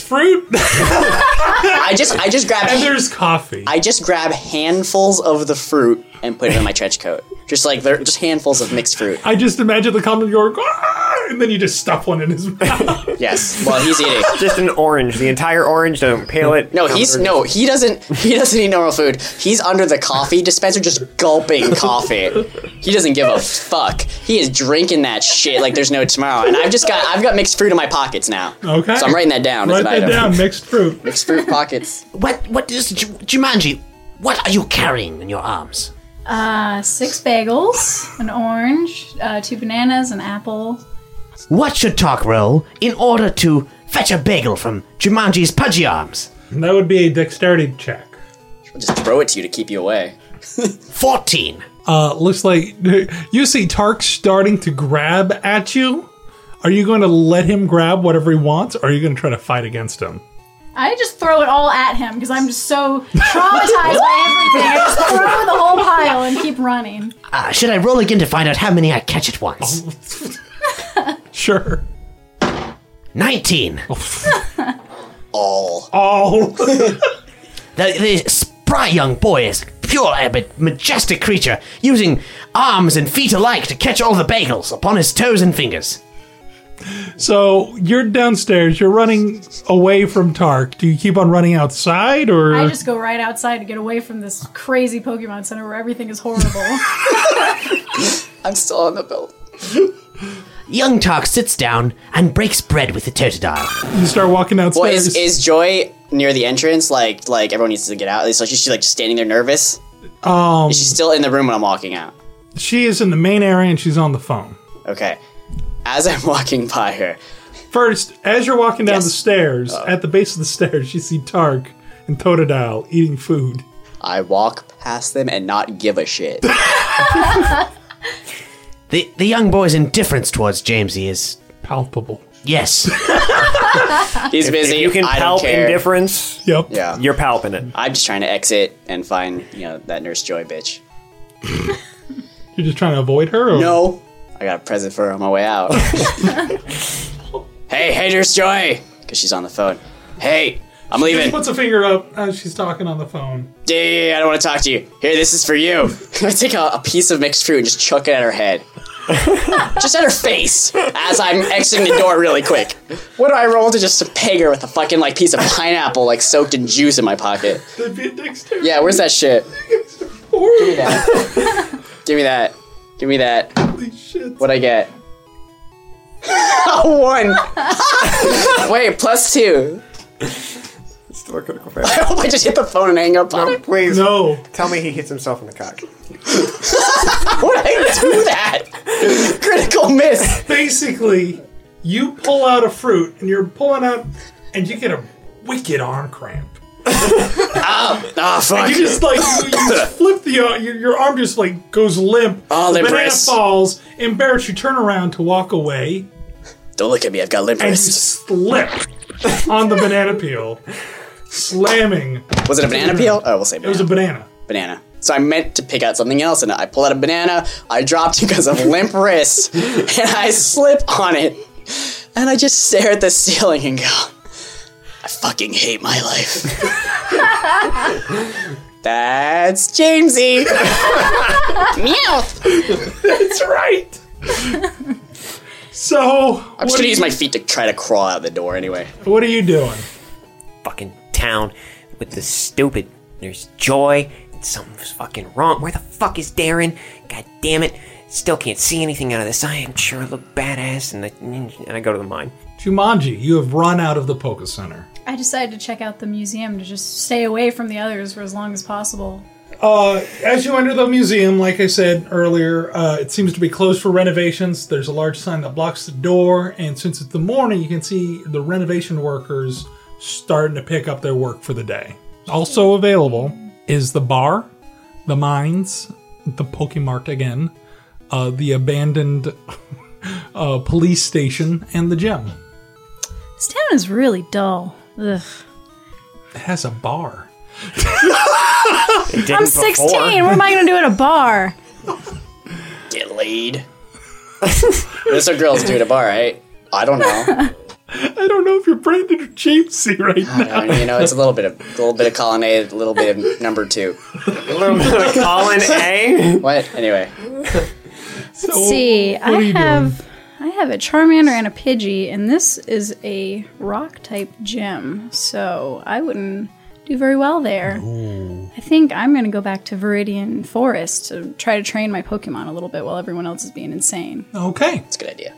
S2: fruit,
S5: I just, I just grab,
S2: and there's coffee.
S5: I just grab handfuls of the fruit and put it in my trench coat. Just like they're just handfuls of mixed fruit.
S2: I just imagine the common York, "Ah!" and then you just stuff one in his mouth.
S5: Yes. Well, he's eating.
S3: Just an orange, the entire orange. Don't peel it.
S5: No, he's no, he doesn't. He doesn't eat normal food. He's under the coffee dispenser, just gulping coffee. He doesn't give a fuck. He is drinking that shit like there's no tomorrow. And I've just got, I've got mixed fruit in my pockets now.
S2: Okay.
S5: So I'm writing that down as
S2: Write
S5: an item.
S2: that down, mixed fruit.
S5: Mixed fruit pockets.
S1: What, what is Ju- Jumanji? What are you carrying in your arms?
S4: Uh, six bagels, an orange, uh, two bananas, an apple.
S1: What should Tark roll in order to fetch a bagel from Jumanji's pudgy arms?
S2: That would be a dexterity check.
S5: I'll just throw it to you to keep you away.
S1: 14.
S2: Uh, looks like you see Tark starting to grab at you. Are you going to let him grab whatever he wants, or are you going to try to fight against him?
S4: I just throw it all at him because I'm just so traumatized by everything. I just throw the whole pile and keep running.
S1: Uh, should I roll again to find out how many I catch at once?
S2: Sure.
S1: 19.
S5: All.
S2: Oh,
S1: The, the spry young boy is pure and ma- majestic creature, using arms and feet alike to catch all the bagels upon his toes and fingers.
S2: so you're downstairs. You're running away from Tark. Do you keep on running outside, or
S4: I just go right outside to get away from this crazy Pokemon Center where everything is horrible.
S5: I'm still on the belt.
S1: Young Tark sits down and breaks bread with the Totodile.
S2: you start walking
S5: Well,
S2: outside?
S5: is is Joy near the entrance? Like like everyone needs to get out. So she's she, like just standing there nervous. Um. Is she still in the room when I'm walking out?
S2: she is in the main area and she's on the phone.
S5: Okay. As I'm walking by her,
S2: First, as you're walking down
S5: Yes. Uh.
S2: the stairs, at the base of the stairs, you see Tark and Totodile eating food.
S5: I walk past them and not give a shit.
S1: The, the young boy's indifference towards Jamesy is.
S2: Palpable.
S1: Yes.
S5: He's busy.
S3: You can
S5: I don't
S3: palp
S5: care.
S3: indifference.
S2: Yep.
S5: Yeah.
S3: You're palping it.
S5: I'm just trying to exit and find, you know, that Nurse Joy bitch.
S2: You're just trying to avoid her? Or?
S5: No. I got a present for her on my way out. hey, hey, Nurse Joy! Because she's on the phone. Hey, I'm
S2: She
S5: leaving.
S2: puts a finger up as she's talking on the phone.
S5: Dee, I don't want to talk to you. Here, this is for you. I take a, a piece of mixed fruit and just chuck it at her head. just at her face as I'm exiting the door really quick. What do I roll to just peg her with a fucking like piece of pineapple like soaked in juice in my pocket?
S2: That'd be a dexterity.
S5: Yeah, where's that shit? Give me that. Give me that. Give me that.
S2: Holy shit.
S5: What'd I get? One. Wait, plus two.
S3: Still a critical fail.
S5: I hope I just hit the phone and hang up on him.
S3: Please,
S2: No.
S3: tell me he hits himself in the cock.
S5: Why did I do that? Critical miss.
S2: Basically, you pull out a fruit and you're pulling out, and you get a wicked arm cramp.
S5: Ah, fuck.
S2: You just like you, you just flip the uh, your, your arm just like goes limp.
S5: Oh,
S2: the
S5: limp
S2: banana
S5: wrist.
S2: falls. Embarrassed, you turn around to walk away
S5: Don't look at me. I've got limp
S2: and you
S5: wrist.
S2: slip on the banana peel, slamming.
S5: Was it a banana peel? Oh, we'll say
S2: It was
S5: banana.
S2: a banana.
S5: banana. So I meant to pick out something else, and I pulled out a banana. I dropped it because of limp wrist, and I slip on it, and I just stare at the ceiling and go, "I fucking hate my life." That's E. Jamesy. Meowth.
S2: That's right. so
S5: I'm
S2: what
S5: just
S2: are,
S5: gonna use
S2: you,
S5: my feet to try to crawl out the door anyway.
S2: what are you doing?
S8: fucking town with the stupid. There's joy, and something's fucking wrong. Where the fuck is Darren? God damn it. Still can't see anything out of this. I am sure I look badass, and I, and I go to the mine.
S2: Jumanji, you have run out of the Poke Center.
S4: I decided to check out the museum to just stay away from the others for as long as possible.
S2: Uh, as you enter the museum, like I said earlier, uh, it seems to be closed for renovations. There's a large sign that blocks the door, and since it's the morning, you can see the renovation workers starting to pick up their work for the day. Also available is the bar, the mines, the Pokemart again, uh, the abandoned uh, police station, and the gym.
S4: This town is really dull. Ugh.
S2: It has a bar.
S4: I'm 16. What am I going to do at a bar?
S5: Get laid. That's what girls do at a bar, right? I don't know.
S2: I don't know if you're Brandon or Jamesy right now.
S5: I mean, you know, it's a little bit of a little bit of colonnade, a little bit of number two.
S3: A little bit of Colin A.
S5: What? Anyway.
S4: Let's see. I have I have a Charmander and a Pidgey, and this is a rock type gem, so I wouldn't do very well there. I think I'm gonna go back to Viridian Forest to try to train my Pokemon a little bit while everyone else is being insane.
S2: Okay.
S5: That's a good idea.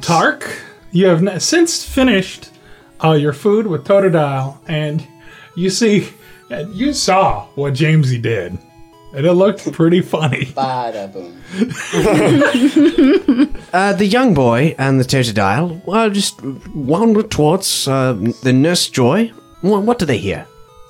S2: Tark, you have n- since finished uh, your food with Totodile, and you see, and you saw what Jamesy did, and it looked pretty funny.
S5: Bada boom.
S1: Uh, the young boy and the Totodile uh, just wandered towards uh, the Nurse Joy. What, what do they hear?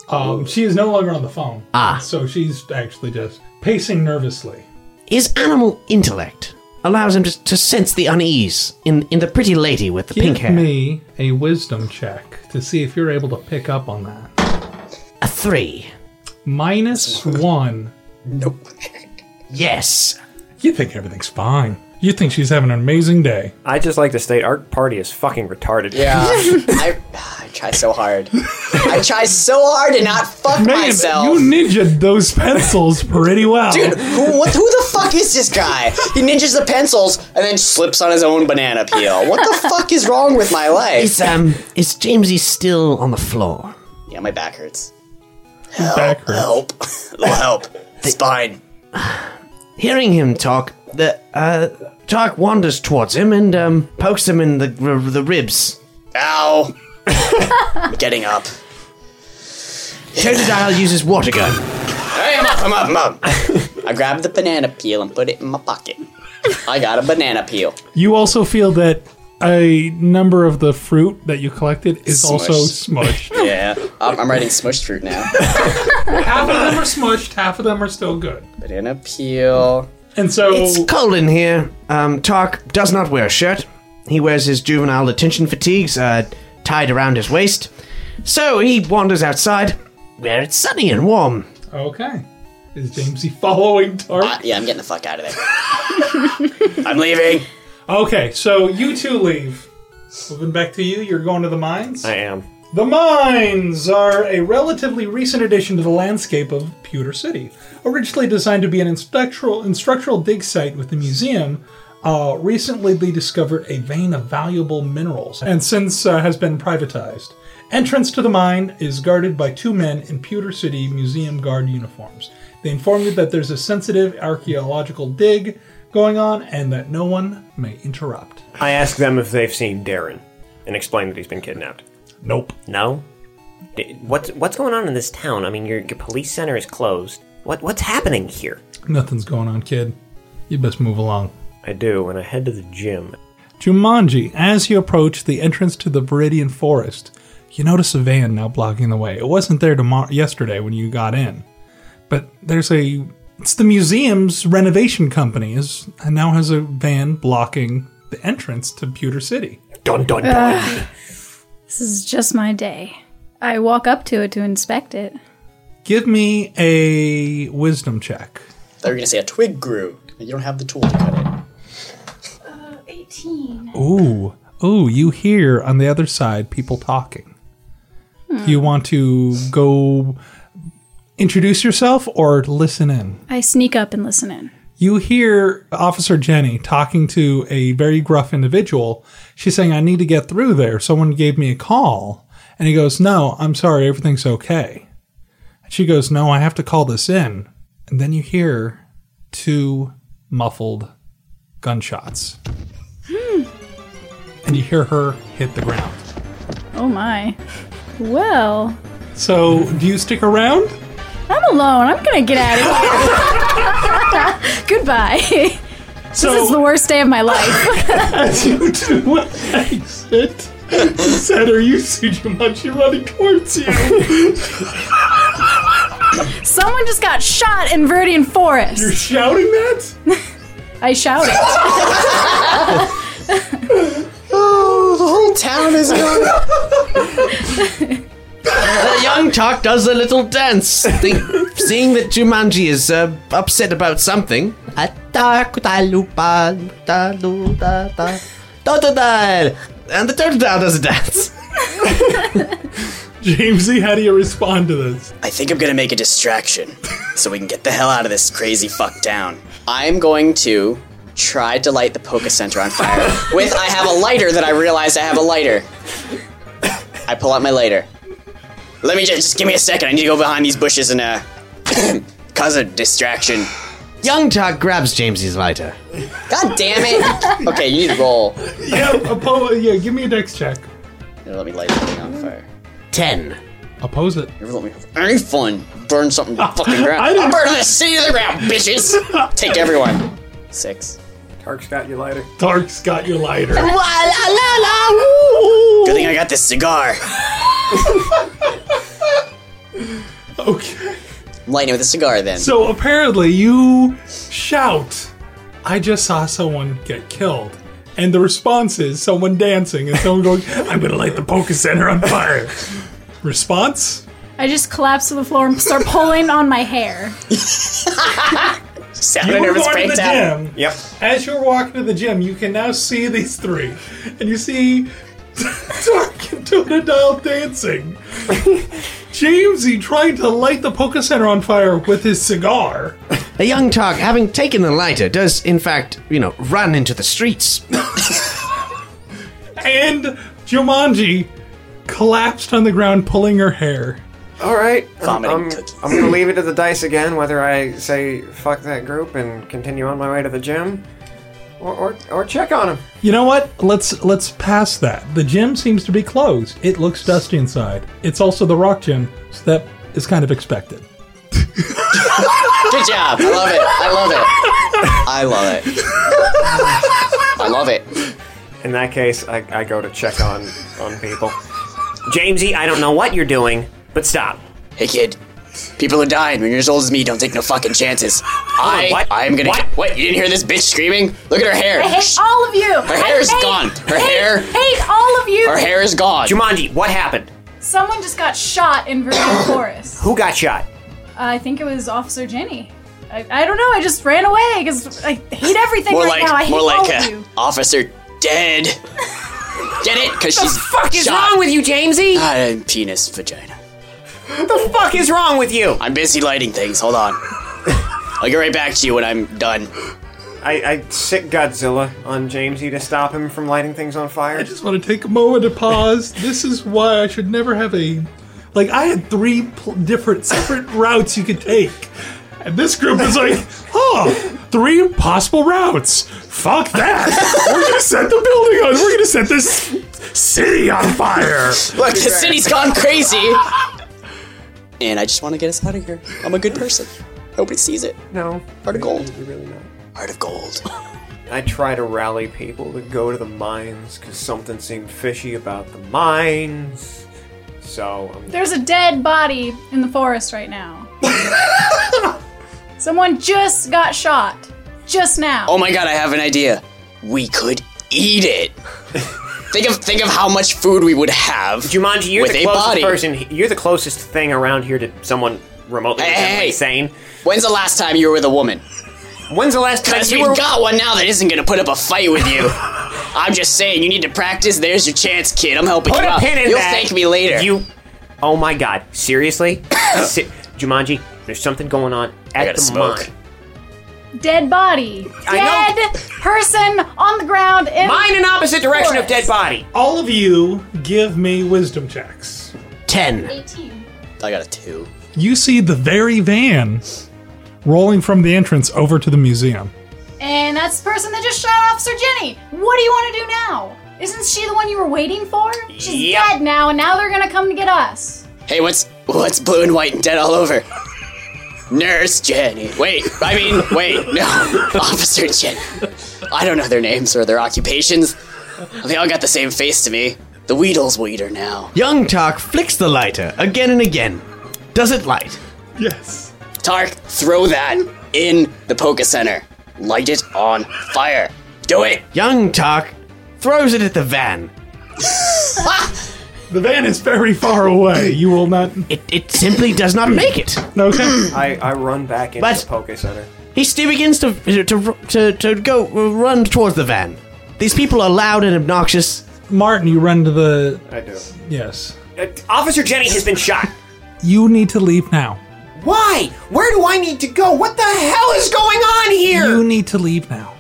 S2: Um, she is no longer on the phone, ah, so she's actually just pacing nervously.
S1: His animal intellect allows him to, to sense the unease in, in the pretty lady with the pink
S2: Give
S1: hair.
S2: me a wisdom check to see if you're able to pick up on that.
S1: A three.
S2: Minus one.
S1: Yes.
S2: You think everything's fine. You think she's having an amazing day.
S3: I just like to state our party is fucking retarded.
S5: Yeah. I, I try so hard. I try so hard to not fuck myself.
S2: you ninja those pencils pretty well.
S5: Dude, who, what, who the fuck is this guy? He ninjas the pencils and then slips on his own banana peel. What the fuck is wrong with my life?
S1: Is um is Jamesy still on the floor?
S5: Yeah, my back hurts.
S2: back hurts.
S5: Help. It'll help. Spine.
S1: Hearing him talk, the uh Tark wanders towards him and um pokes him in the the ribs.
S5: Ow. I'm getting up.
S1: Totodile uses water gun.
S5: Hey, I'm up, I'm up, I'm up. I grabbed the banana peel and put it in my pocket. I got a banana peel.
S2: You also feel that a number of the fruit that you collected is also smushed.
S5: Yeah, I'm, I'm writing smushed fruit now.
S2: half of them are smushed, half of them are still good.
S5: Banana peel.
S2: And so
S1: It's cold in here. Um Tark does not wear a shirt. He wears his juvenile detention fatigues uh tied around his waist. So he wanders outside where it's sunny and warm.
S2: Okay. Is Jamesy following Tark?
S5: Uh, yeah, I'm getting the fuck out of there. I'm leaving.
S2: Okay, so you two leave. Moving back to you, you're going to the mines.
S3: I am.
S2: The mines are a relatively recent addition to the landscape of Pewter City. Originally designed to be an instructional, instructional dig site with the museum, uh, recently they discovered a vein of valuable minerals and since uh, has been privatized. Entrance to the mine is guarded by two men in Pewter City Museum Guard uniforms. They inform you that there's a sensitive archaeological dig going on and that no one may interrupt.
S3: I ask them if they've seen Darren and explain that he's been kidnapped.
S2: Nope.
S8: No? D- What's, what's going on in this town? I mean, your, your police center is closed. What, what's happening here?
S2: Nothing's going on, kid. You best move along.
S3: I do, and I head to the gym.
S2: Jumanji, as you approach the entrance to the Viridian Forest, you notice a van now blocking the way. It wasn't there tomorrow, yesterday when you got in, but there's a. It's the museum's renovation company is and now has a van blocking the entrance to Pewter City.
S3: Dun dun dun.
S4: This is just my day. I walk up to it to inspect it.
S2: Give me a wisdom check.
S5: They were gonna say a twig grew. and You don't have the tool to cut it.
S4: 18.
S2: Ooh, ooh! You hear on the other side people talking. Do you want to go introduce yourself or listen in?
S4: I sneak up and listen in.
S2: you hear Officer Jenny talking to a very gruff individual. She's saying, I need to get through there. Someone gave me a call. And he goes, No, I'm sorry. Everything's okay. And she goes, No, I have to call this in. And then you hear two muffled gunshots.
S4: Hmm.
S2: And you hear her hit the ground.
S4: Oh my. Well,
S2: So, do you stick around?
S4: I'm alone. I'm gonna get out of here. Goodbye.
S2: So,
S4: This is the worst day of my life.
S2: as you two exit, Center, you see Jumanji running towards you.
S4: Someone just got shot in Verdian Forest.
S2: shouting that?
S4: I shouted.
S5: Oh, the whole town is gone.
S1: The young Tark does a little dance, think, seeing that Jumanji is uh, upset about something. Totodile! And the Totodile does a dance.
S2: Jamesy, how do you respond to this?
S5: I think I'm gonna make a distraction so we can get the hell out of this crazy fuck town. I'm going to try to light the Poke Center on fire with I have a lighter that I realized I have a lighter. I pull out my lighter. Let me just, just give me a second. I need to go behind these bushes and uh cause a distraction.
S1: Young Tark grabs Jamesy's lighter.
S5: God damn it! Okay, you need to roll.
S2: Yeah, oppo- yeah, give me a dex check.
S5: Here, let me light something on fire.
S1: Ten.
S2: Oppose it.
S5: Never let me have any fun. Burn something to the fucking ground.
S2: I
S5: I'll
S2: didn't-
S5: burn this city to the ground, bitches! Take everyone. Six.
S3: Tark's got you lighter.
S2: Dark's got your lighter.
S5: Good thing I got this cigar.
S2: Okay.
S5: Light it with a cigar then.
S2: So apparently you shout, I just saw someone get killed. And the response is someone dancing and someone going, I'm gonna light the poker center on fire. Response?
S4: I just collapse to the floor and start pulling on my hair.
S5: Sound
S2: You
S5: a
S2: were
S5: nervous
S2: going to the
S5: breakdown.
S2: gym.
S3: Yep.
S2: As you're walking to the gym, you can now see these three. And you see Dark and Totodile dancing. Jamesy trying to light the Poke Center on fire with his cigar.
S1: The young Tark, having taken the lighter, does in fact, you know, run into the streets.
S2: And Jumanji collapsed on the ground, pulling her hair.
S3: All right.
S5: Vomiting
S3: I'm,
S5: cookies.
S3: I'm gonna leave it to the dice again whether I say fuck that group and continue on my way to the gym, or or, or check on him.
S2: You know what? Let's let's pass that. The gym seems to be closed. It looks dusty inside. It's also the rock gym, so that is kind of expected.
S5: Good job. I love it. I love it. I love it. I love it.
S3: In that case, I, I go to check on on people.
S8: Jamesy, I don't know what you're doing, but stop.
S5: Hey kid, people are dying. When you're as old as me, don't take no fucking chances. I,
S8: what?
S5: I'm gonna.
S8: What?
S5: Wait, you didn't hear this bitch screaming? Look at her hair.
S4: I hate all of you. Her
S5: hair is gone. Her hair-
S4: Hate all of you.
S5: Her hair is gone.
S8: Jumanji, what happened?
S4: Someone just got shot in Verdian Forest.
S8: Who got shot?
S4: I think it was Officer Jenny. I, I don't know. I just ran away because I hate everything
S5: more
S4: right
S5: like,
S4: now. I hate
S5: more
S4: all
S5: like
S4: of
S5: uh,
S4: you.
S5: officer dead. Get it? Because she's
S8: fuck is
S5: shot.
S8: wrong with you, Jamesy?
S5: Ah, penis vagina.
S8: the fuck is wrong with you?
S5: I'm busy lighting things. Hold on. I'll get right back to you when I'm done.
S8: I, I sick Godzilla on Jamesy to stop him from lighting things on fire.
S2: I just want to take a moment to pause. This is why I should never have a. Like, I had three pl- different separate routes you could take. And this group is like, huh, three possible routes. Fuck that. We're going to set the building on. We're going to set this city on fire.
S5: Look, the city's gone crazy. and I just want to get us out of here. I'm a good person. Nobody sees it.
S8: No,
S5: Heart of gold.
S8: you're really not.
S5: Heart of gold.
S8: I try to rally people to go to the mines because something seemed fishy about the mines. So
S3: um,
S8: I'm
S4: There's a dead body in the forest right now. Someone just got shot. Just now.
S5: Oh my god, I have an idea. We could eat it. think of think of how much food we would have.
S8: Jumanji, you're
S5: with
S8: the
S5: a
S8: closest
S5: body.
S8: person. You're the closest thing around here to someone remotely
S5: Hey,
S8: resembling
S5: hey.
S8: sane.
S5: When's the last time you were with a woman?
S8: When's the last time
S5: Because
S8: you
S5: we
S8: were?
S5: got one now that isn't gonna put up a fight with you. I'm just saying, you need to practice. There's your chance, kid. I'm helping
S8: Put
S5: you
S8: a
S5: out.
S8: pin in
S5: You'll
S8: that.
S5: thank me later.
S8: You. Oh my God! Seriously, Si- Jumanji, there's something going on at
S5: gotta
S8: the
S5: smoke.
S8: mine.
S4: Dead body.
S8: I know.
S4: Dead person on the ground. In
S8: Mine in opposite direction of dead
S4: forest.
S8: body.
S2: All of you give me wisdom checks.
S1: Ten.
S4: 18.
S5: I got a two.
S2: You see the very van rolling from the entrance over to the museum.
S4: And that's the person that just shot Officer Jenny. What do you want to do now? Isn't she the one you were waiting for? She's
S8: Yep.
S4: dead now, and now they're gonna come to get us.
S5: Hey, what's what's blue and white and dead all over? Nurse Jenny. Wait, I mean, wait, no, Officer Jenny. I don't know their names or their occupations. They all got the same face to me. The Weedles will eat her now.
S1: Young Tark flicks the lighter again and again. Does it light?
S2: Yes.
S5: Tark, throw that in the Poke Center. Light it on fire. Do it.
S1: Young Tark throws it at the van.
S2: The van is very far away. You will not.
S1: It, it simply does not make it.
S2: Okay.
S8: I, I run back into
S1: But-
S8: the Poke Center.
S1: He still begins to to to, to go uh, run towards the van. These people are loud and obnoxious.
S2: Martin, you run to the.
S8: I do.
S2: Yes.
S8: Uh, Officer Jenny has been shot.
S2: You need to leave now.
S8: Why? Where do I need to go? What the hell is going on here?
S2: You need to leave now.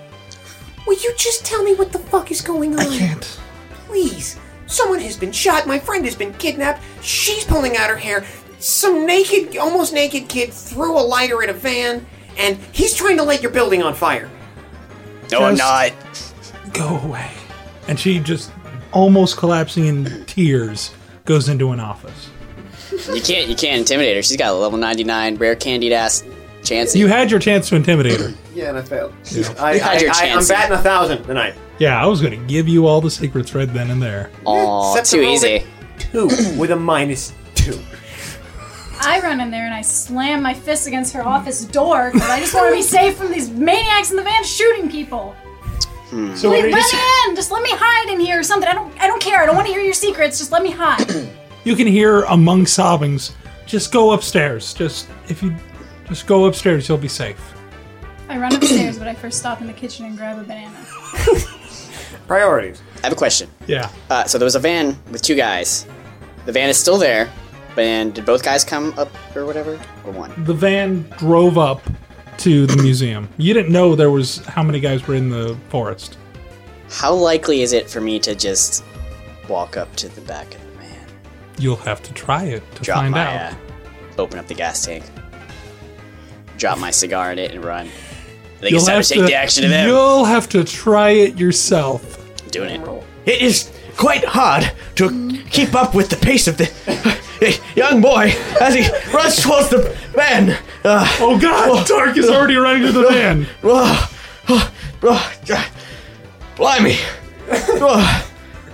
S8: Will you just tell me what the fuck is going on?
S2: I can't.
S8: Please. Someone has been shot. My friend has been kidnapped. She's pulling out her hair. Some naked, almost naked kid threw a lighter at a van, and he's trying to light your building on fire.
S5: No, I'm not.
S2: Go away. And she just almost collapsing in tears goes into an office.
S5: You can't. You can't intimidate her. She's got a level 99 rare candied ass chance.
S2: You had your chance to intimidate her.
S8: Yeah, and I failed. I,
S5: You had your chance.
S8: am batting a thousand tonight.
S2: Yeah, I was going to give you all the secret thread then and there.
S5: Aw,
S8: Set the
S5: too
S8: roll
S5: easy.
S8: Two with a minus two.
S4: I run in there and I slam my fist against her office door because I just want to be safe from these maniacs in the van shooting people.
S2: So
S4: Please
S2: what are
S4: let
S2: you saying?
S4: me in. Just let me hide in here or something. I don't. I don't care. I don't want to hear your secrets. Just let me hide.
S2: you can hear among sobbings just go upstairs just if you just go upstairs you'll be safe
S4: I run upstairs, but I first stop in the kitchen and grab a banana.
S8: Priorities.
S5: I have a question.
S2: yeah
S5: Uh, so there was a van with two guys. The van is still there, and did both guys come up or whatever, or one?
S2: the van drove up to the museum you didn't know there was how many guys were in the forest
S5: How likely is it for me to just walk up to the back of the van,
S2: you'll have to try it to
S5: drop
S2: find
S5: my,
S2: out
S5: uh, open up the gas tank, drop my cigar in it, and run? I think it's
S2: you'll
S5: time to take the action of them.
S2: you'll have to try it yourself
S5: Doing it.
S1: It is quite hard to keep up with the pace of the the eh, young boy as he runs towards the van. Uh,
S2: oh god dark is already running to the van
S1: uh, uh, uh, uh, blimey. Uh,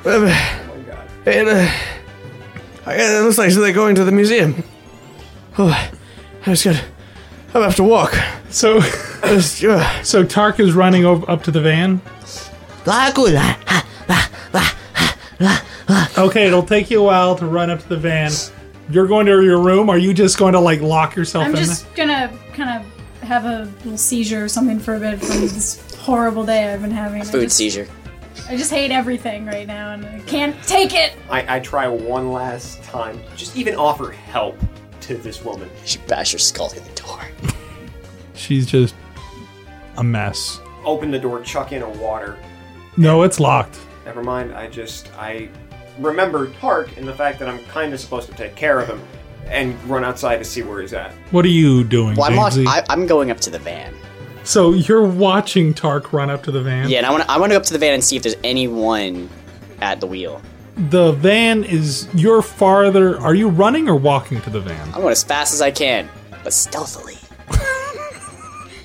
S1: uh, it, uh, I guess it looks like they're going to the museum. Oh, I just got. I have to walk.
S2: so
S1: Just, uh,
S2: so tark is running over, up to the van okay it'll take you a while to run up to the van you're going to your room are you just going to like lock yourself
S4: I'm
S2: in there?
S4: just gonna kind of have a little seizure or something for a bit from this horrible day I've been having. I
S5: Food
S4: just-
S5: seizure.
S4: I just hate everything right now, and I can't take it.
S8: I, I try one last time. Just even offer help to this woman.
S5: should bash your skull in the door.
S2: She's just a mess.
S8: Open the door, chuck in a water.
S2: No, it's locked.
S8: Never mind, I just I remember Tark and the fact that I'm kinda supposed to take care of him and run outside to see where he's at.
S2: What are you doing,
S5: Well, I'm, lock-
S2: Jamesy?
S5: I, I'm going up to the van.
S2: So you're watching Tark run up to the van.
S5: Yeah, and I want to I want to go up to the van and see if there's anyone at the wheel.
S2: The van is. You're farther. Are you running or walking to the van?
S5: I'm going as fast as I can, but stealthily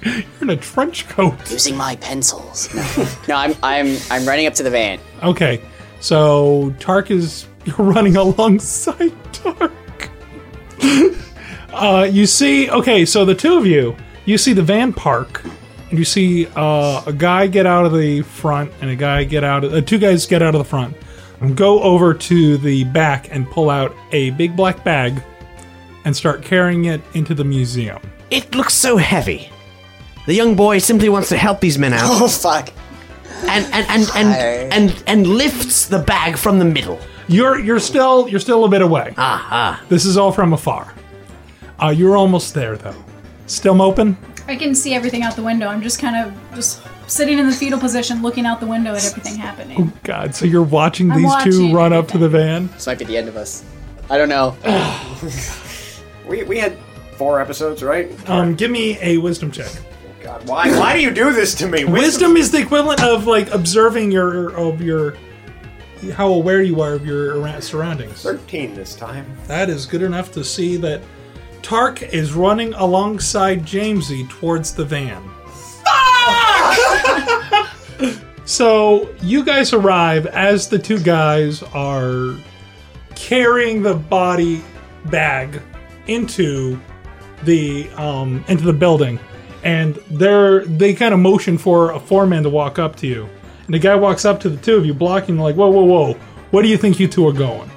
S2: You're in a trench coat.
S5: using my pencils. No, no I'm I'm I'm running up to the van.
S2: Okay, so Tark is you're running alongside Tark. uh, you see, okay, so the two of you, you see the van park, and you see uh, a guy get out of the front, and a guy get out, of, uh, two guys get out of the front, and go over to the back and pull out a big black bag, and start carrying it into the museum.
S1: It looks so heavy. The young boy simply wants to help these men out
S5: Oh fuck!
S1: and and and and, and, and, lifts the bag from the middle.
S2: You're you're still you're still a bit away.
S1: Aha.
S2: This is all from afar. Uh, you're almost there though. Still open.
S4: I can see everything out the window. I'm just kind of just sitting in the fetal position, looking out the window at everything happening.
S2: God, so you're watching
S4: I'm
S2: these two
S4: watching
S2: run up to the van?
S5: This might be the end of us. I don't know.
S8: We we had four episodes, right?
S2: Um, give me a wisdom check.
S8: God, why why do you do this to me?
S2: Wisdom is the equivalent of like observing your of your how aware you are of your arou- surroundings.
S8: Thirteen this time.
S2: That is good enough to see that Tark is running alongside Jamesy towards the van. so you guys arrive as the two guys are carrying the body bag into the um, into the building, and they're they kind of motion for a foreman to walk up to you, and the guy walks up to the two of you, blocking like, whoa, whoa, whoa, where do you think you two are going?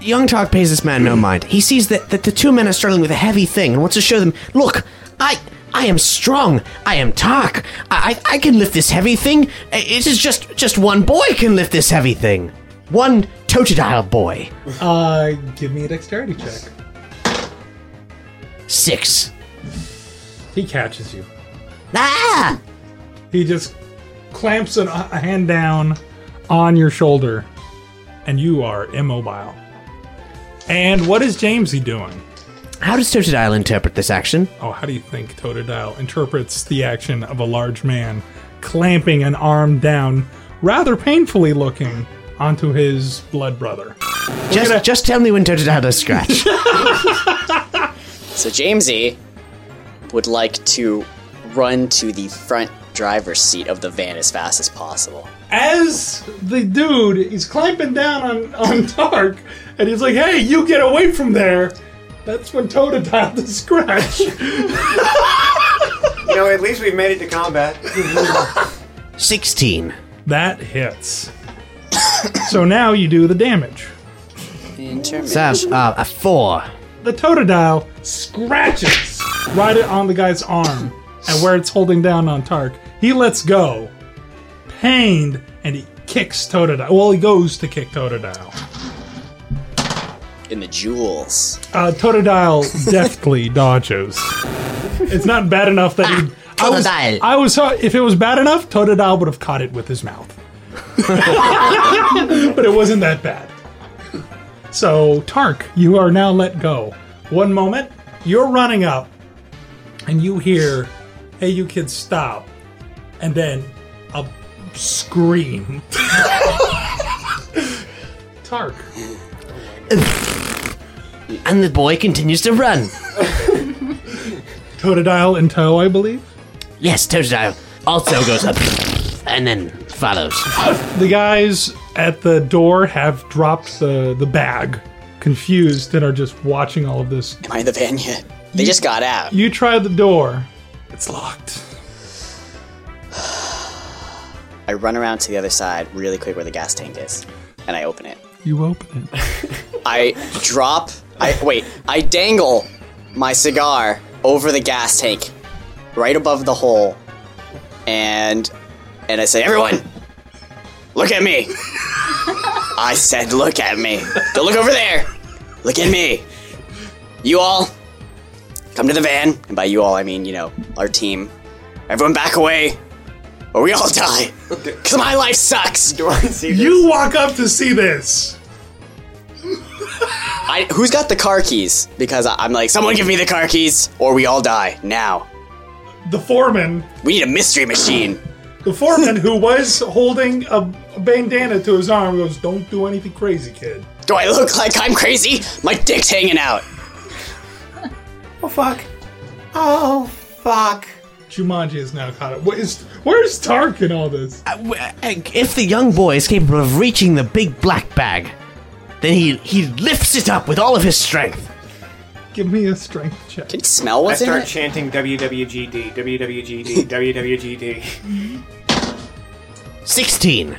S1: Young Tark pays this man no mind. He sees that, that the two men are struggling with a heavy thing and wants to show them, look, I I am strong. I am Tark. I, I, I can lift this heavy thing. I- It is just just one boy can lift this heavy thing. One totodile boy.
S2: Uh, give me a dexterity check.
S1: Six.
S2: He catches you.
S1: Ah!
S2: He just clamps an, a hand down on your shoulder, and you are immobile. And what is Jamesy doing?
S1: How does Totodile interpret this action?
S2: Oh, how do you think Totodile interprets the action of a large man clamping an arm down, rather painfully looking, onto his blood brother?
S1: Just just tell me when Totodile does scratch.
S5: So Jamesy would like to run to the front driver's seat of the van as fast as possible.
S2: As the dude is clamping down on, on Tark, and he's like, hey, you get away from there! That's when Totodile the scratch.
S8: You know, at least we've made it to combat.
S1: Sixteen.
S2: That hits. so now you do the damage.
S1: That's uh, a four.
S2: The Totodile scratches right on the guy's arm and where it's holding down on Tark. He lets go, pained, and he kicks Totodile. Well, he goes to kick Totodile.
S5: In the jewels.
S2: Uh, Totodile deftly dodges. It's not bad enough that he. I was,
S1: Totodile.
S2: I was. If it was bad enough, Totodile would have caught it with his mouth. but it wasn't that bad. So, Tark, you are now let go. One moment, you're running up, and you hear, hey, you kids, stop. And then a scream. Tark,
S1: And the boy continues to run.
S2: Totodile in tow, I believe.
S1: Yes, Totodile also goes up and then follows.
S2: The guys at the door have dropped the, the bag, confused, and are just watching all of this.
S5: Am I in the van yet? They just got out.
S2: You try the door, it's locked.
S5: I run around to the other side really quick where the gas tank is, and I open it.
S2: You open it.
S5: I drop. I wait. I dangle my cigar over the gas tank, right above the hole, and and I say, "Everyone, Look at me. I said, look at me. Don't look over there. Look at me. You all, come to the van. And by you all, I mean, you know, our team. Everyone back away, or we all die. Because my life sucks.
S8: Do I see this?
S2: You walk up to see this.
S5: I, who's got the car keys? Because I, I'm like, someone give me the car keys, or we all die now.
S2: The foreman,
S5: We need a mystery machine.
S2: the foreman who was holding a bandana to his arm, goes, "Don't do anything crazy, kid."
S5: Do I look like I'm crazy? My dick's hanging out.
S8: Oh fuck! Oh fuck!
S2: Jumanji is now caught up. What is, where's Tark in all this?
S1: Uh, If the young boy is capable of reaching the big black bag, then he he lifts it up with all of his strength.
S2: Give me a strength check.
S5: Can you smell
S8: I
S5: what's in
S8: start
S5: it?
S8: chanting WWGD, WWGD, WWGD.
S1: 16.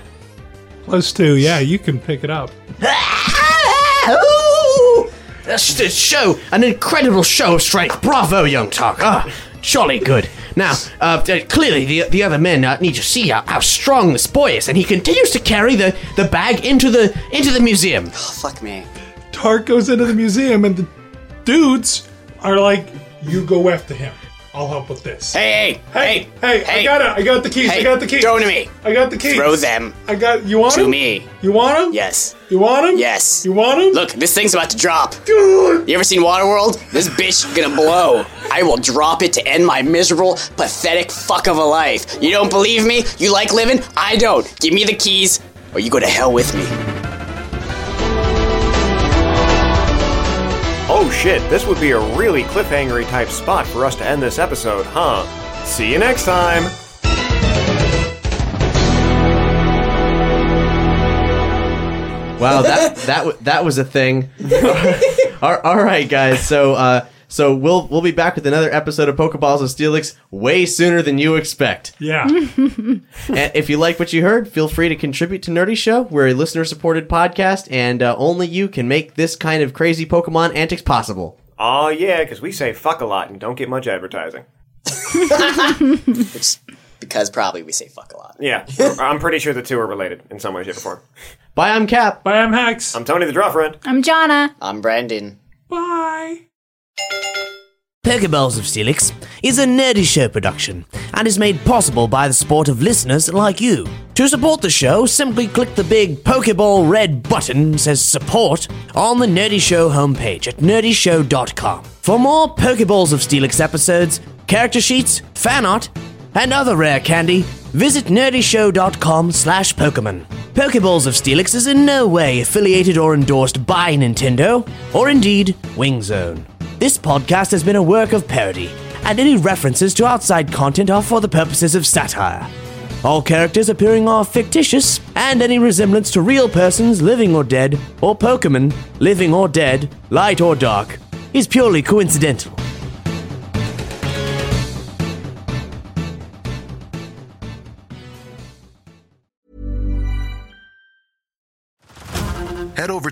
S2: Plus two, yeah, you can pick it up.
S1: Ah! Ooh! That's a show, an incredible show of strength. Bravo, young Tark. Ah, jolly good. Now, uh, uh, clearly the, the other men uh, need to see how, how strong this boy is, and he continues to carry the, the bag into the into the museum.
S5: Oh, fuck me.
S2: Tark goes into the museum, and the dudes are like, "You go after him. I'll help with this."
S5: Hey, hey,
S2: hey, hey, I got it. I got the keys.
S5: Hey,
S2: I got the keys.
S5: throw 'em to me.
S2: I got the keys.
S5: Throw them
S2: I got. You want
S5: to
S2: them?
S5: me.
S2: You want them?
S5: Yes.
S2: You want them?
S5: Yes.
S2: You want them?
S5: Look, this thing's about to drop.
S2: Dude.
S5: You ever seen Waterworld? This bitch gonna blow. I will drop it to end my miserable, pathetic fuck of a life. You don't believe me? You like living? I don't. Give me the keys, or you go to hell with me.
S3: Oh shit, this would be a really cliffhangery type spot for us to end this episode, huh? See you next time!
S7: Wow, that that w- that was a thing. all, all right, guys. So uh, so we'll we'll be back with another episode of Pokeballs and Steelix way sooner than you expect.
S2: Yeah.
S7: And if you like what you heard, feel free to contribute to Nerdy Show. We're a listener-supported podcast, and uh, only you can make this kind of crazy Pokemon antics possible.
S3: Aw, yeah, because we say fuck a lot and don't get much advertising.
S5: Which, because probably we say fuck a lot.
S3: Yeah, I'm pretty sure the two are related in some way, shape, or form.
S7: Bye, I'm Cap.
S2: Bye, I'm Hex.
S5: Um,
S3: I'm Tony the Draw Friend.
S4: I'm Jonna.
S5: I'm Brandon.
S2: Bye.
S1: Pokeballs of Steelix is a nerdy show production and is made possible by the support of listeners like you. To support the show, simply click the big Pokeball red button that says support on the Nerdy Show homepage at nerdyshow.com. For more Pokeballs of Steelix episodes, character sheets, fan art, and other rare candy, visit nerdyshow.com slash Pokemon. Pokeballs of Steelix is in no way affiliated or endorsed by Nintendo, or indeed Wingzone. This podcast has been a work of parody, and any references to outside content are for the purposes of satire. All characters appearing are fictitious, and any resemblance to real persons, living or dead, or Pokemon, living or dead, light or dark, is purely coincidental.
S12: Head over